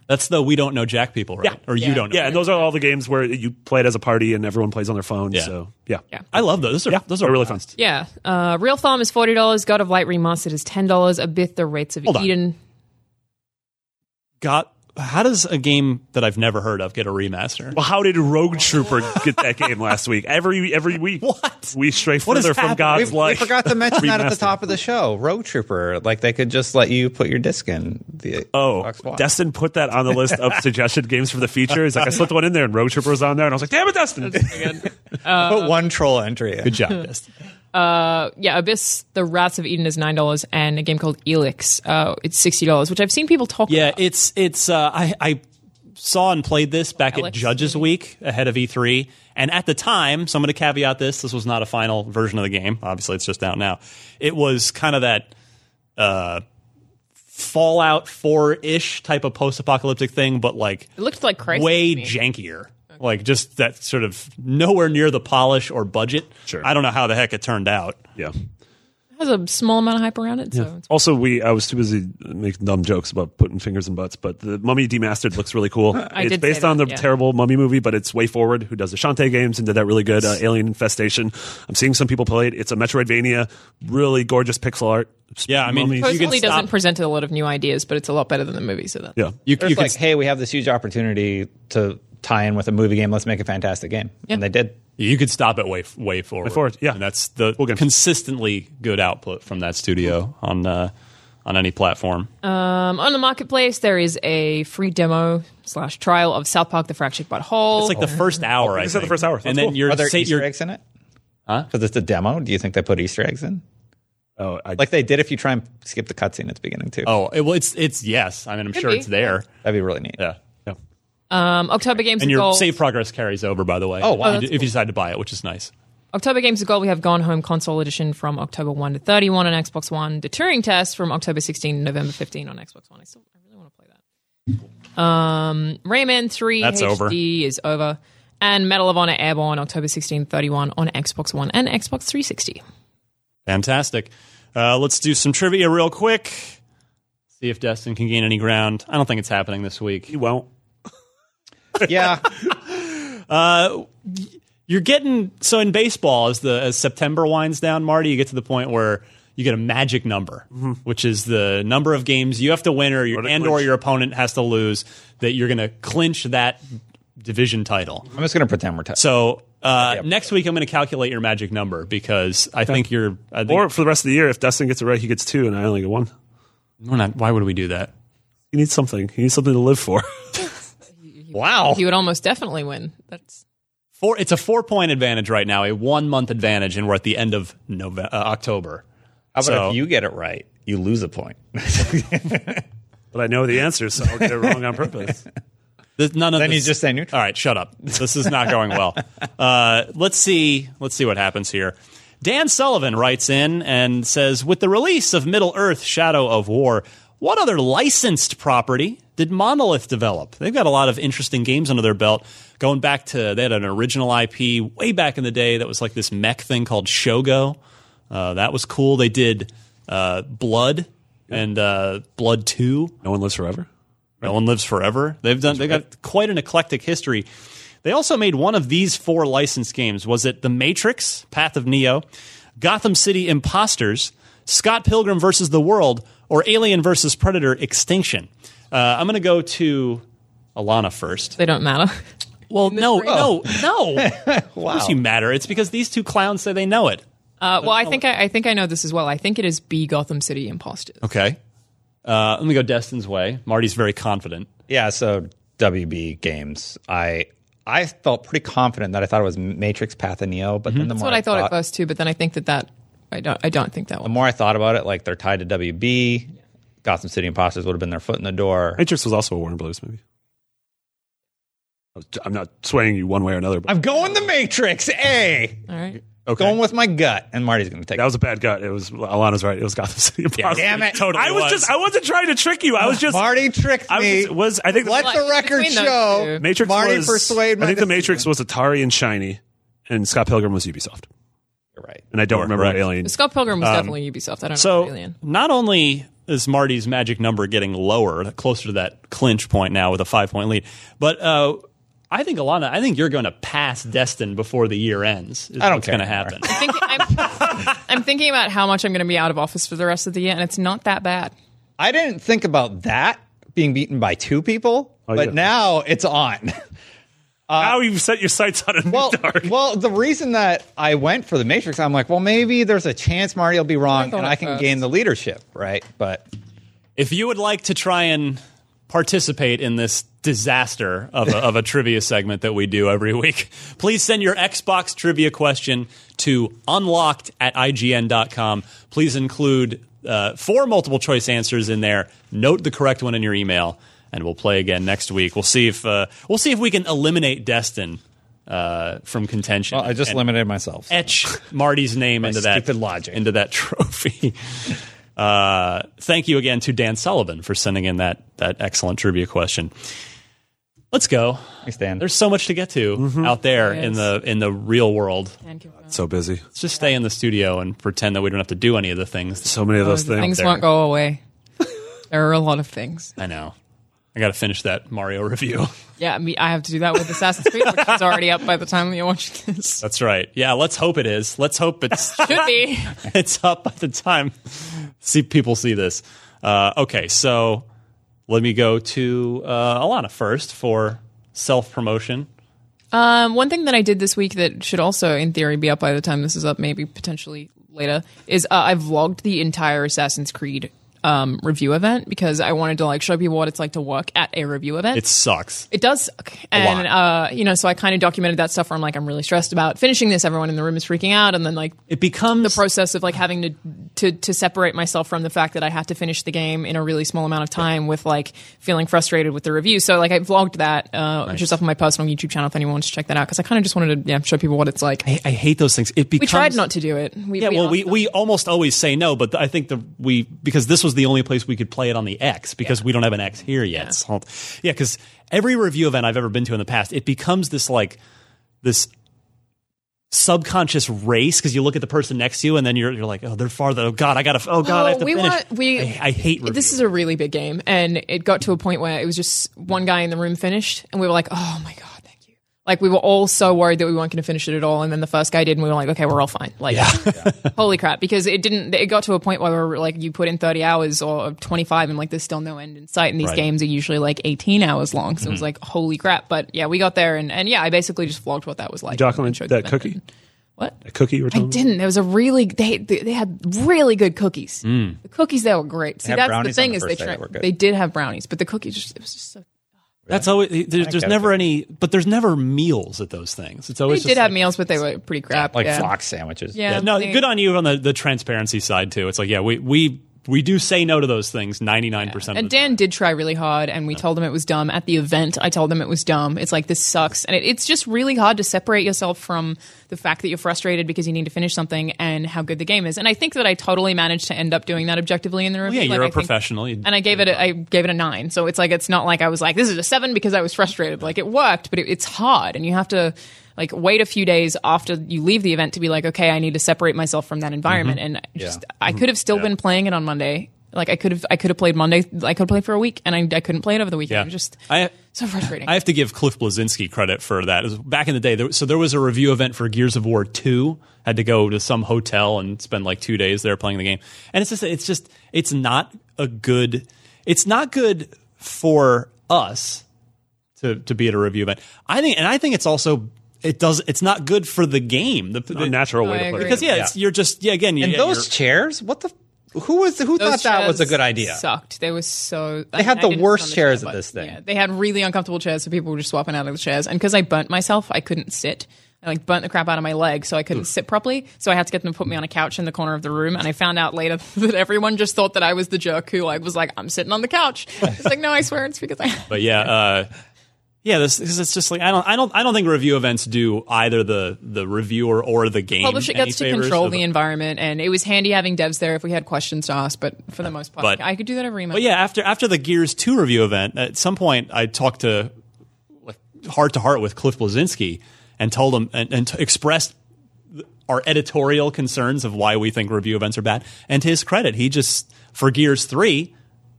B: That's the we don't know Jack people, right? Or you
D: Yeah.
B: don't know.
C: Yeah, and those are all the games where you play it as a party and everyone plays on their phone.
B: Yeah.
C: So yeah,
D: Yeah.
B: I love those. Those are those are
C: They're really
B: fun.
C: fun.
D: Yeah. Uh, Real Farm is forty dollars. God of Light Remastered is ten dollars. Abith: The Rates of
B: Hold on.
D: Eden.
B: Got how does a game that I've never heard of get a remaster?
C: Well, how did Rogue Trooper get that game last week? Every every week,
B: What?
C: we stray
B: What is
C: further from
B: happening?
C: God's
E: We, we
C: light.
E: forgot to mention that at the
C: Remastered.
E: top of the show. Road Trooper, like they could just let you put your disc in. The
C: Oh,
E: Xbox One.
C: Destin put that on the list of suggested games for the future. He's like, I slipped one in there, and Rogue Trooper was on there, and I was like, damn it, Destin.
E: put one troll entry.
B: Good job, Dustin.
D: yeah, Abyss, The Wraths of Eden is nine dollars, and a game called Elix, uh, it's sixty dollars, which I've seen people talk.
B: Yeah,
D: about.
B: it's it's. Uh, I I saw and played this back at
D: Alex.
B: Judges Week ahead of E3, and at the time, so I'm going to caveat this: this was not a final version of the game. Obviously, it's just out now. It was kind of that uh, Fallout Four ish type of post apocalyptic thing, but like
D: it looked like Christ.
B: way jankier. Like just that sort of nowhere near the polish or budget.
C: Sure.
B: I don't know how the heck it turned out.
C: yeah.
D: It has a small amount of hype around it. So it's,
C: Also, we I was too busy making dumb jokes about putting fingers in butts, but the Mummy Demastered looks really cool. it's
D: did say
C: based on
D: that,
C: the
D: yeah.
C: terrible Mummy movie, but it's Way Forward, who does Ashante games and did that really good uh, Alien Infestation. I'm seeing some people play it. It's a Metroidvania, really gorgeous pixel art.
B: Yeah, I mean,
C: Mummies.
B: you can
D: supposedly doesn't
B: stop.
D: present a lot of new ideas, but it's a lot better than the movie. So that
C: yeah.
B: You,
E: It's
B: you
E: like,
B: can,
E: hey, we have this huge opportunity to tie in with a movie game. Let's make a fantastic game. And they did.
B: You could stop at way way forward.
C: forward, yeah.
B: and that's the
C: We'll get-
B: consistently good output from that studio on uh, on any platform.
D: um, on the marketplace there is a free demo slash trial of South Park: The Fractured Butthole.
B: it's like Oh. the first hour. I
C: This is the
B: think.
C: first hour.
B: and
C: That's
B: then
C: cool.
B: you're
E: Are there
B: say-
E: Easter
B: you're-
E: eggs in it? Huh? Because it's a demo. Do you think they put Easter eggs in?
C: Oh, I,
E: Like they did if you try and skip the cutscene at the beginning too.
B: oh, it- well, it's it's yes. I mean, I'm sure
D: be.
B: it's there.
E: That'd be really neat.
B: Yeah.
C: yeah.
D: um, October Games
B: And
D: of
B: your
D: Gold.
B: save progress carries over, by the way.
E: Oh, wow.
B: If you- if you decide to buy it, which is nice.
D: October Games of Gold, we have Gone Home Console Edition from October 1 to 31 on Xbox One. The Turing Test from October 16 to November 15 on Xbox One. I still I really want to play that. Um, Rayman 3
B: That's
D: HD
B: over.
D: is over. And Medal of Honor Airborne, October 16 to 31 on Xbox One and Xbox 360.
B: Fantastic. Uh, let's do some trivia real quick. See if Destin can gain any ground. I don't think it's happening this week.
C: You won't.
E: Yeah.
B: you're getting so in baseball as the as September winds down, Marty, you get to the point where you get a magic number,
E: Mm-hmm.
B: which is the number of games you have to win or your,
C: to
B: and or
C: clinch.
B: your opponent has to lose that you're going to clinch that division title.
E: I'm just going to pretend we're tied.
B: So uh, next week I'm going to calculate your magic number because I think you're. I think
C: Or for the rest of the year, if Dustin gets it right, he gets two, and I only get one.
B: we're not. Why would we do that?
C: He needs something. He needs something to live for.
E: wow.
B: Oh.
D: He would almost definitely win. That's
B: Four. It's a four point advantage right now, a one month advantage, and we're at the end of November, uh, October.
E: How about
B: So-
E: if you get it right, you lose a point?
C: but I know the answer, so I'll get it wrong on purpose.
B: This, none of
E: Then
B: this-
E: you just say neutral.
B: All right, shut up. This is not going well. Uh, let's see. Let's see what happens here. Dan Sullivan writes in and says, "With the release of Middle Earth: Shadow of War, what other licensed property did Monolith develop? They've got a lot of interesting games under their belt. Going back to they had an original IP way back in the day that was like this mech thing called Shogo. Uh, that was cool. They did uh, Blood and uh, Blood Two.
C: No one lives forever.
B: No one lives forever. They've done. They got quite an eclectic history. They also made one of these four licensed games. Was it The Matrix: Path of Neo, Gotham City Imposters, Scott Pilgrim versus the World, or Alien versus Predator: Extinction? Uh, I'm going to go to Alana first.
D: they don't matter.
B: Well, no, no, no. Of
E: Wow.
B: course you matter. It's because these two clowns say they know it.
D: Uh, well, I think I, I think I know this as well. I think it is B Gotham City Imposters.
B: Okay. Uh, let me go Destin's way. Marty's very confident.
E: Yeah, so WB games. I I felt pretty confident that I thought it was Matrix Path of Neo, but then the
D: Mm-hmm. That's
E: more
D: what I thought at first too, but then I think that that I don't I don't think that
E: the
D: one.
E: more I thought about it, like they're tied to WB. Gotham City Imposters would have been their foot in the door.
C: Matrix was also a Warner Brothers movie. I was- I'm not swaying you one way or another, but
E: I'm going the Matrix. A.
D: All right.
C: okay.
E: Going with my gut, and Marty's going to take.
C: that was a bad gut. It was Alana's right. It was Gotham City. Imposters.
E: damn it.
B: Totally
C: I was,
B: was.
C: just. I wasn't trying to trick you. I was just.
E: Marty tricked
C: I was,
E: me.
C: just- was. I think
E: Let
D: Like,
E: the record
D: between those
E: show.
D: two.
C: Matrix
E: Marty
C: was.
E: persuade my
C: I think the
E: decision.
C: Matrix was Atari and Shiny, and Scott Pilgrim was Ubisoft.
E: You're right.
C: And I don't remember
B: correct.
C: Alien.
D: Scott Pilgrim was definitely Ubisoft. I don't know about
B: So
D: Alien.
B: not only is Marty's magic number getting lower, closer to that clinch point now with a five point lead, but uh, I think Alana, I think you're going to pass Destin before the year ends. Is
E: I don't
B: what's
E: care
B: going to
E: anymore.
B: happen.
D: Think- I'm, I'm thinking about how much I'm going to be out of office for the rest of the year, and it's not that bad.
E: I didn't think about that being beaten by two people,
C: Oh,
E: but
C: yeah.
E: now it's on.
C: Now you've set your sights on a
E: Well,
C: new dark.
E: well, the reason that I went for the Matrix, I'm like, well, maybe there's a chance Marty will be wrong
D: thought
E: and I
D: at
E: can
D: first.
E: gain the leadership, right? But
B: if you would like to try and participate in this disaster of a, of a trivia segment that we do every week, please send your Xbox trivia question to unlocked at IGN.com. Please include uh, four multiple choice answers in there. Note the correct one in your email, and we'll play again next week. We'll see if uh, we'll see if we can eliminate Destin uh, from contention.
E: I just
B: and
E: limited myself.
B: etch Marty's name into that
E: stupid logic.
B: into that trophy. Uh, thank you again to Dan Sullivan for sending in that that excellent trivia question. Let's go.
E: Thanks, Dan.
B: There's so much to get to
E: Mm-hmm.
B: out there in the in the real world.
C: So busy.
B: Let's just stay in the studio and pretend that we don't have to do any of the things.
C: So many of those
D: Things,
C: things.
B: there.
D: won't go away. there are a lot of things.
B: I know. I got to finish that Mario review.
D: Yeah, me, I have to do that with Assassin's Creed, which is already up by the time that you're watching this.
B: That's right. Yeah, let's hope it is. Let's hope it's
D: Should be.
B: it's up by the time see people see this. Uh, okay, so let me go to uh, Alana first for self promotion.
D: Um, one thing that I did this week that should also, in theory, be up by the time this is up, maybe potentially later, is uh, I vlogged the entire Assassin's Creed um, review event because I wanted to like show people what it's like to work at a review event.
B: It sucks.
D: It does. suck. And, uh, you know, so I kind of documented that stuff where I'm like, I'm really stressed about finishing this. Everyone in the room is freaking out. And then, like,
B: It becomes
D: process of like having to, to to separate myself from the fact that I had to finish the game in a really small amount of time with like feeling frustrated with the review. So like I vlogged that uh, just up on my personal YouTube channel if anyone wants to check that out because I kind of just wanted to yeah, show people what it's like.
B: I, I hate those things. It becomes.
D: We tried not to do it. We,
B: Yeah, well,
D: asked
B: we,
D: them.
B: we almost always say no, but I think the we because this was the only place we could play it on the X because we don't have an X here yet. Yeah, yeah, because every review event I've ever been to in the past, it becomes this like this subconscious race because you look at the person next to you and then you're, you're like, oh, they're farther. Oh God, I gotta. Oh God, I have to
D: we
B: finish.
D: want we.
B: I, I hate review.
D: This is a really big game, and it got to a point where it was just one guy in the room finished, and we were like, "Oh my god, thank you!" Like we were all so worried that we weren't going to finish it at all, and then the first guy did, and we were like, "Okay, we're all fine." Like, holy crap, because it didn't. It got to a point where we were like, "You put in thirty hours or twenty five, and like there's still no end in sight." And these
B: Right.
D: games are usually like eighteen hours long, so it was like, "Holy crap!" But yeah, we got there, and, and yeah, I basically just vlogged what that was like. and
C: document
D: showed
C: that
D: them.
C: cookie?
D: What?
C: A cookie you were
D: I
C: talking about?
D: didn't. There was a really they they they had really good cookies. The cookies there were great. See,
E: had
D: that's the
E: brownies on
D: thing
E: the
D: is they
E: first day that
D: tried,
E: were good.
D: they did have brownies, but the cookies just it was just so.
B: That's always there's, there's
E: that's
B: never any, but there's never meals at those things. It's
D: They
B: always
D: did
B: just
D: have
B: like-
D: meals, but they were pretty crap.
E: like
D: yeah.
E: flock sandwiches.
D: Yeah,
B: Yeah, no,
D: they-
B: good on you on the, the transparency side too. It's like, yeah, we we we do say no to those things ninety nine percent.
D: And Dan did try really hard, and we told him it was dumb at the event. I told him it was dumb. It's like this sucks, and it, it's just really hard to separate yourself from the fact that you're frustrated because you need to finish something and how good the game is. And I think that I totally managed to end up doing that objectively in the review.
B: yeah, you're
D: a
B: a professional. You-
D: and I gave it a, I gave it a nine. So it's like it's not like I was like this is a seven because I was frustrated. Like it worked, but it, it's hard, and you have to like wait a few days after you leave the event to be like, okay, I need to separate myself from that environment. And I just I could have still been playing it on Monday. Like I could have I could have played Monday. I could have played for a week, and I, I couldn't play it over the weekend.
B: Yeah.
D: It was Just
B: I-
D: so frustrating.
B: I have to give Cliff Blazinski credit for that. It was back in the day, there, so there was a review event for Gears of War Two. Had to go to some hotel and spend like two days there playing the game. And it's just, it's just, it's not a good. It's not good for us to to be at a review event. I think, and I think it's also it does. It's not good for the game. The,
C: A
B: the
C: natural way
D: I
C: to put
D: agree.
C: it.
B: because yeah, It's, you're just yeah again.
E: And
B: yeah,
E: those
B: you're-
E: chairs, what the? f- Who was who
D: Those
E: thought that was a
D: chairs
E: good idea?
D: Sucked. They were so. They
E: had the worst chairs at this thing.
D: they had really uncomfortable chairs, so people were just swapping out of the chairs. And because I burnt myself, I couldn't sit. I like burnt the crap out of my leg, so I couldn't sit properly. So I had to get them to put me on a couch in the corner of the room. And I found out later that everyone just thought that I was the jerk who like was like, "I'm sitting on the couch." It's like, no, I swear it's because I.
B: But yeah, uh, yeah, this, this is just like I don't, I don't, I don't think review events do either the the reviewer or the game.
D: Publisher
B: any
D: gets to
B: favors.
D: control the
B: But-
D: environment, and it was handy having devs there if we had questions to ask. But for
E: Uh,
D: the most part,
B: But-
D: I could do that every month.
B: But yeah, after after the Gears Two review event, at some point I talked to like heart to heart with Cliff Blazinski and told him and, and t- expressed th- our editorial concerns of why we think review events are bad. And to his credit, he just for Gears Three.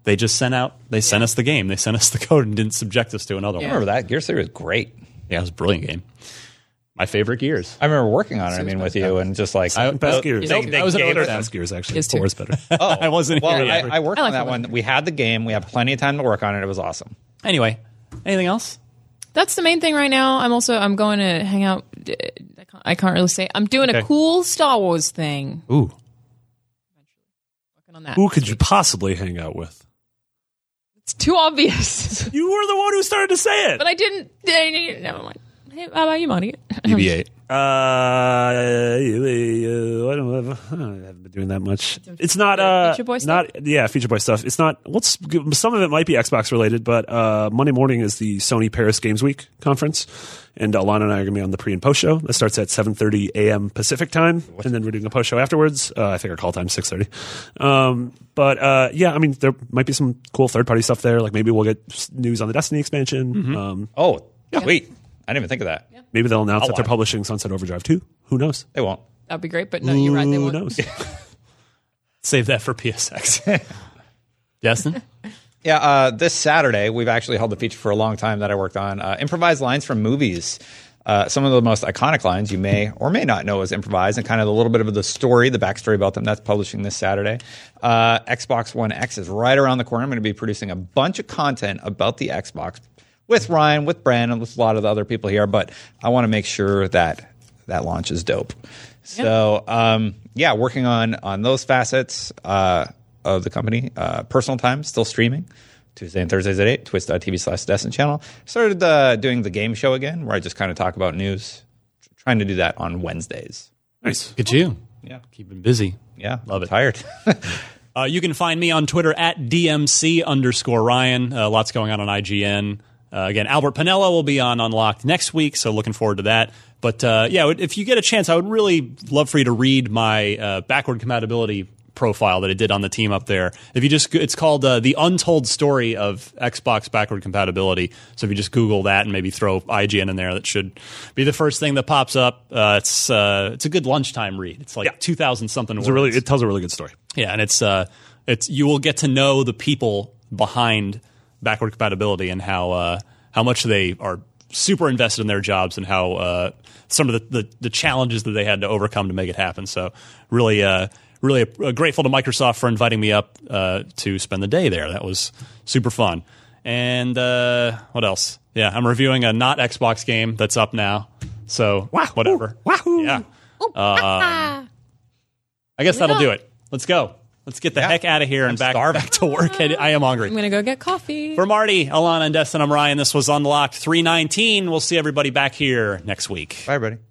B: They just sent out. They sent us the game. They sent us the code and didn't subject us to another
E: I
B: one.
E: remember that Gear Three was great.
B: Yeah, it was a brilliant game. My favorite Gears.
E: I remember working on it. I mean, with you and just like
B: I-
C: Best
E: Oh,
C: gears.
E: they-
D: Nope,
E: they
D: that was an
E: gave
D: older
E: us-
D: one.
C: Best gears, actually.
D: Yes, too.
C: Four is better.
E: Oh,
B: I wasn't
E: Well,
B: here
E: I,
B: yet.
E: I worked
D: I
E: on
D: like
E: that
D: that
E: one. We had the game. We had plenty of time to work on it. It was awesome.
B: Anyway, anything else?
D: that's the main thing right now. I'm also I'm going to hang out. I can't, I can't really say. I'm doing a cool Star Wars thing.
B: Ooh.
D: Working on that.
C: Who could you possibly hang out with?
D: It's too obvious,
C: You were the one who started to say it.
D: but I didn't. I didn't- never mind. Hey, how about you, Monty?
B: BB-8.
C: Uh, uh, I don't have. I haven't been doing that much. It's not. Uh,
D: Feature Boy stuff?
C: Not yeah, feature boy stuff. It's not. What's some of it might be Xbox related, but uh, Monday morning is the Sony Paris Games Week conference, and Alana and I are going to be on the pre and post show. That starts at seven thirty a.m. Pacific time, and then we're doing a post show afterwards. Uh, I think our call time six thirty. Um, but uh, yeah, I mean there might be some cool third party stuff there. Like maybe we'll get s- news on the Destiny expansion. Um,
E: Oh, wait, I didn't even think of that.
C: maybe they'll announce that they're
E: watch.
C: publishing Sunset Overdrive two. Who knows?
E: They won't.
D: That'd be great, but no, you're right. They
C: Who
D: won't.
C: knows?
B: Save that for PSX. Destin?
E: Yeah, uh, this Saturday we've actually held the feature for a long time that I worked on uh, improvised lines from movies. Uh, some of the most iconic lines you may or may not know is improvised, and kind of a little bit of the story, the backstory about them. That's publishing this Saturday. Uh, Xbox One X is right around the corner. I'm going to be producing a bunch of content about the Xbox with Ryan, with Brandon, with a lot of the other people here. But I want to make sure that that launch is dope. So um, yeah, working on on those facets uh, of the company. Uh, personal time still streaming Tuesday and Thursdays at eight. Twitch.tv slash Destin channel. Started uh, doing the game show again, where I just kind of talk about news. Tr- Trying to do that on Wednesdays.
C: Nice.
B: Good you.
E: Yeah,
B: Keeping busy.
E: yeah,
B: Love it.
E: Tired.
B: Uh, you can find me on Twitter at DMC underscore Ryan. Uh, lots going on on IGN. Uh, again, Albert Pinella will be on Unlocked next week, so looking forward to that. But uh, yeah, if you get a chance, I would really love for you to read my uh, backward compatibility profile that I did on the team up there. If you just, it's called uh, the Untold Story of Xbox Backward Compatibility. So if you just Google that and maybe throw IGN in there, that should be the first thing that pops up. Uh, it's uh, it's a good lunchtime read. It's like two thousand something.
C: It's a really, it tells a really good story.
B: Yeah, and it's uh, it's you will get to know the people behind backward compatibility and how uh, how much they are super invested in their jobs and how uh, some of the, the the challenges that they had to overcome to make it happen. So really, uh, really uh, grateful to Microsoft for inviting me up uh, to spend the day there. That was super fun. And uh, what else? Yeah, I'm reviewing a not Xbox game that's up now. So whatever.
C: Wahoo!
B: Yeah.
D: Oh,
B: Um, I guess that'll do it. Let's go. Let's get the heck out of here and back,
E: starving.
B: back to work. I, I am hungry.
F: I'm gonna go get coffee.
B: For Marty, Alana, and Destin, I'm Ryan. This was Unlocked 319. We'll see everybody back here next week.
E: Bye, buddy.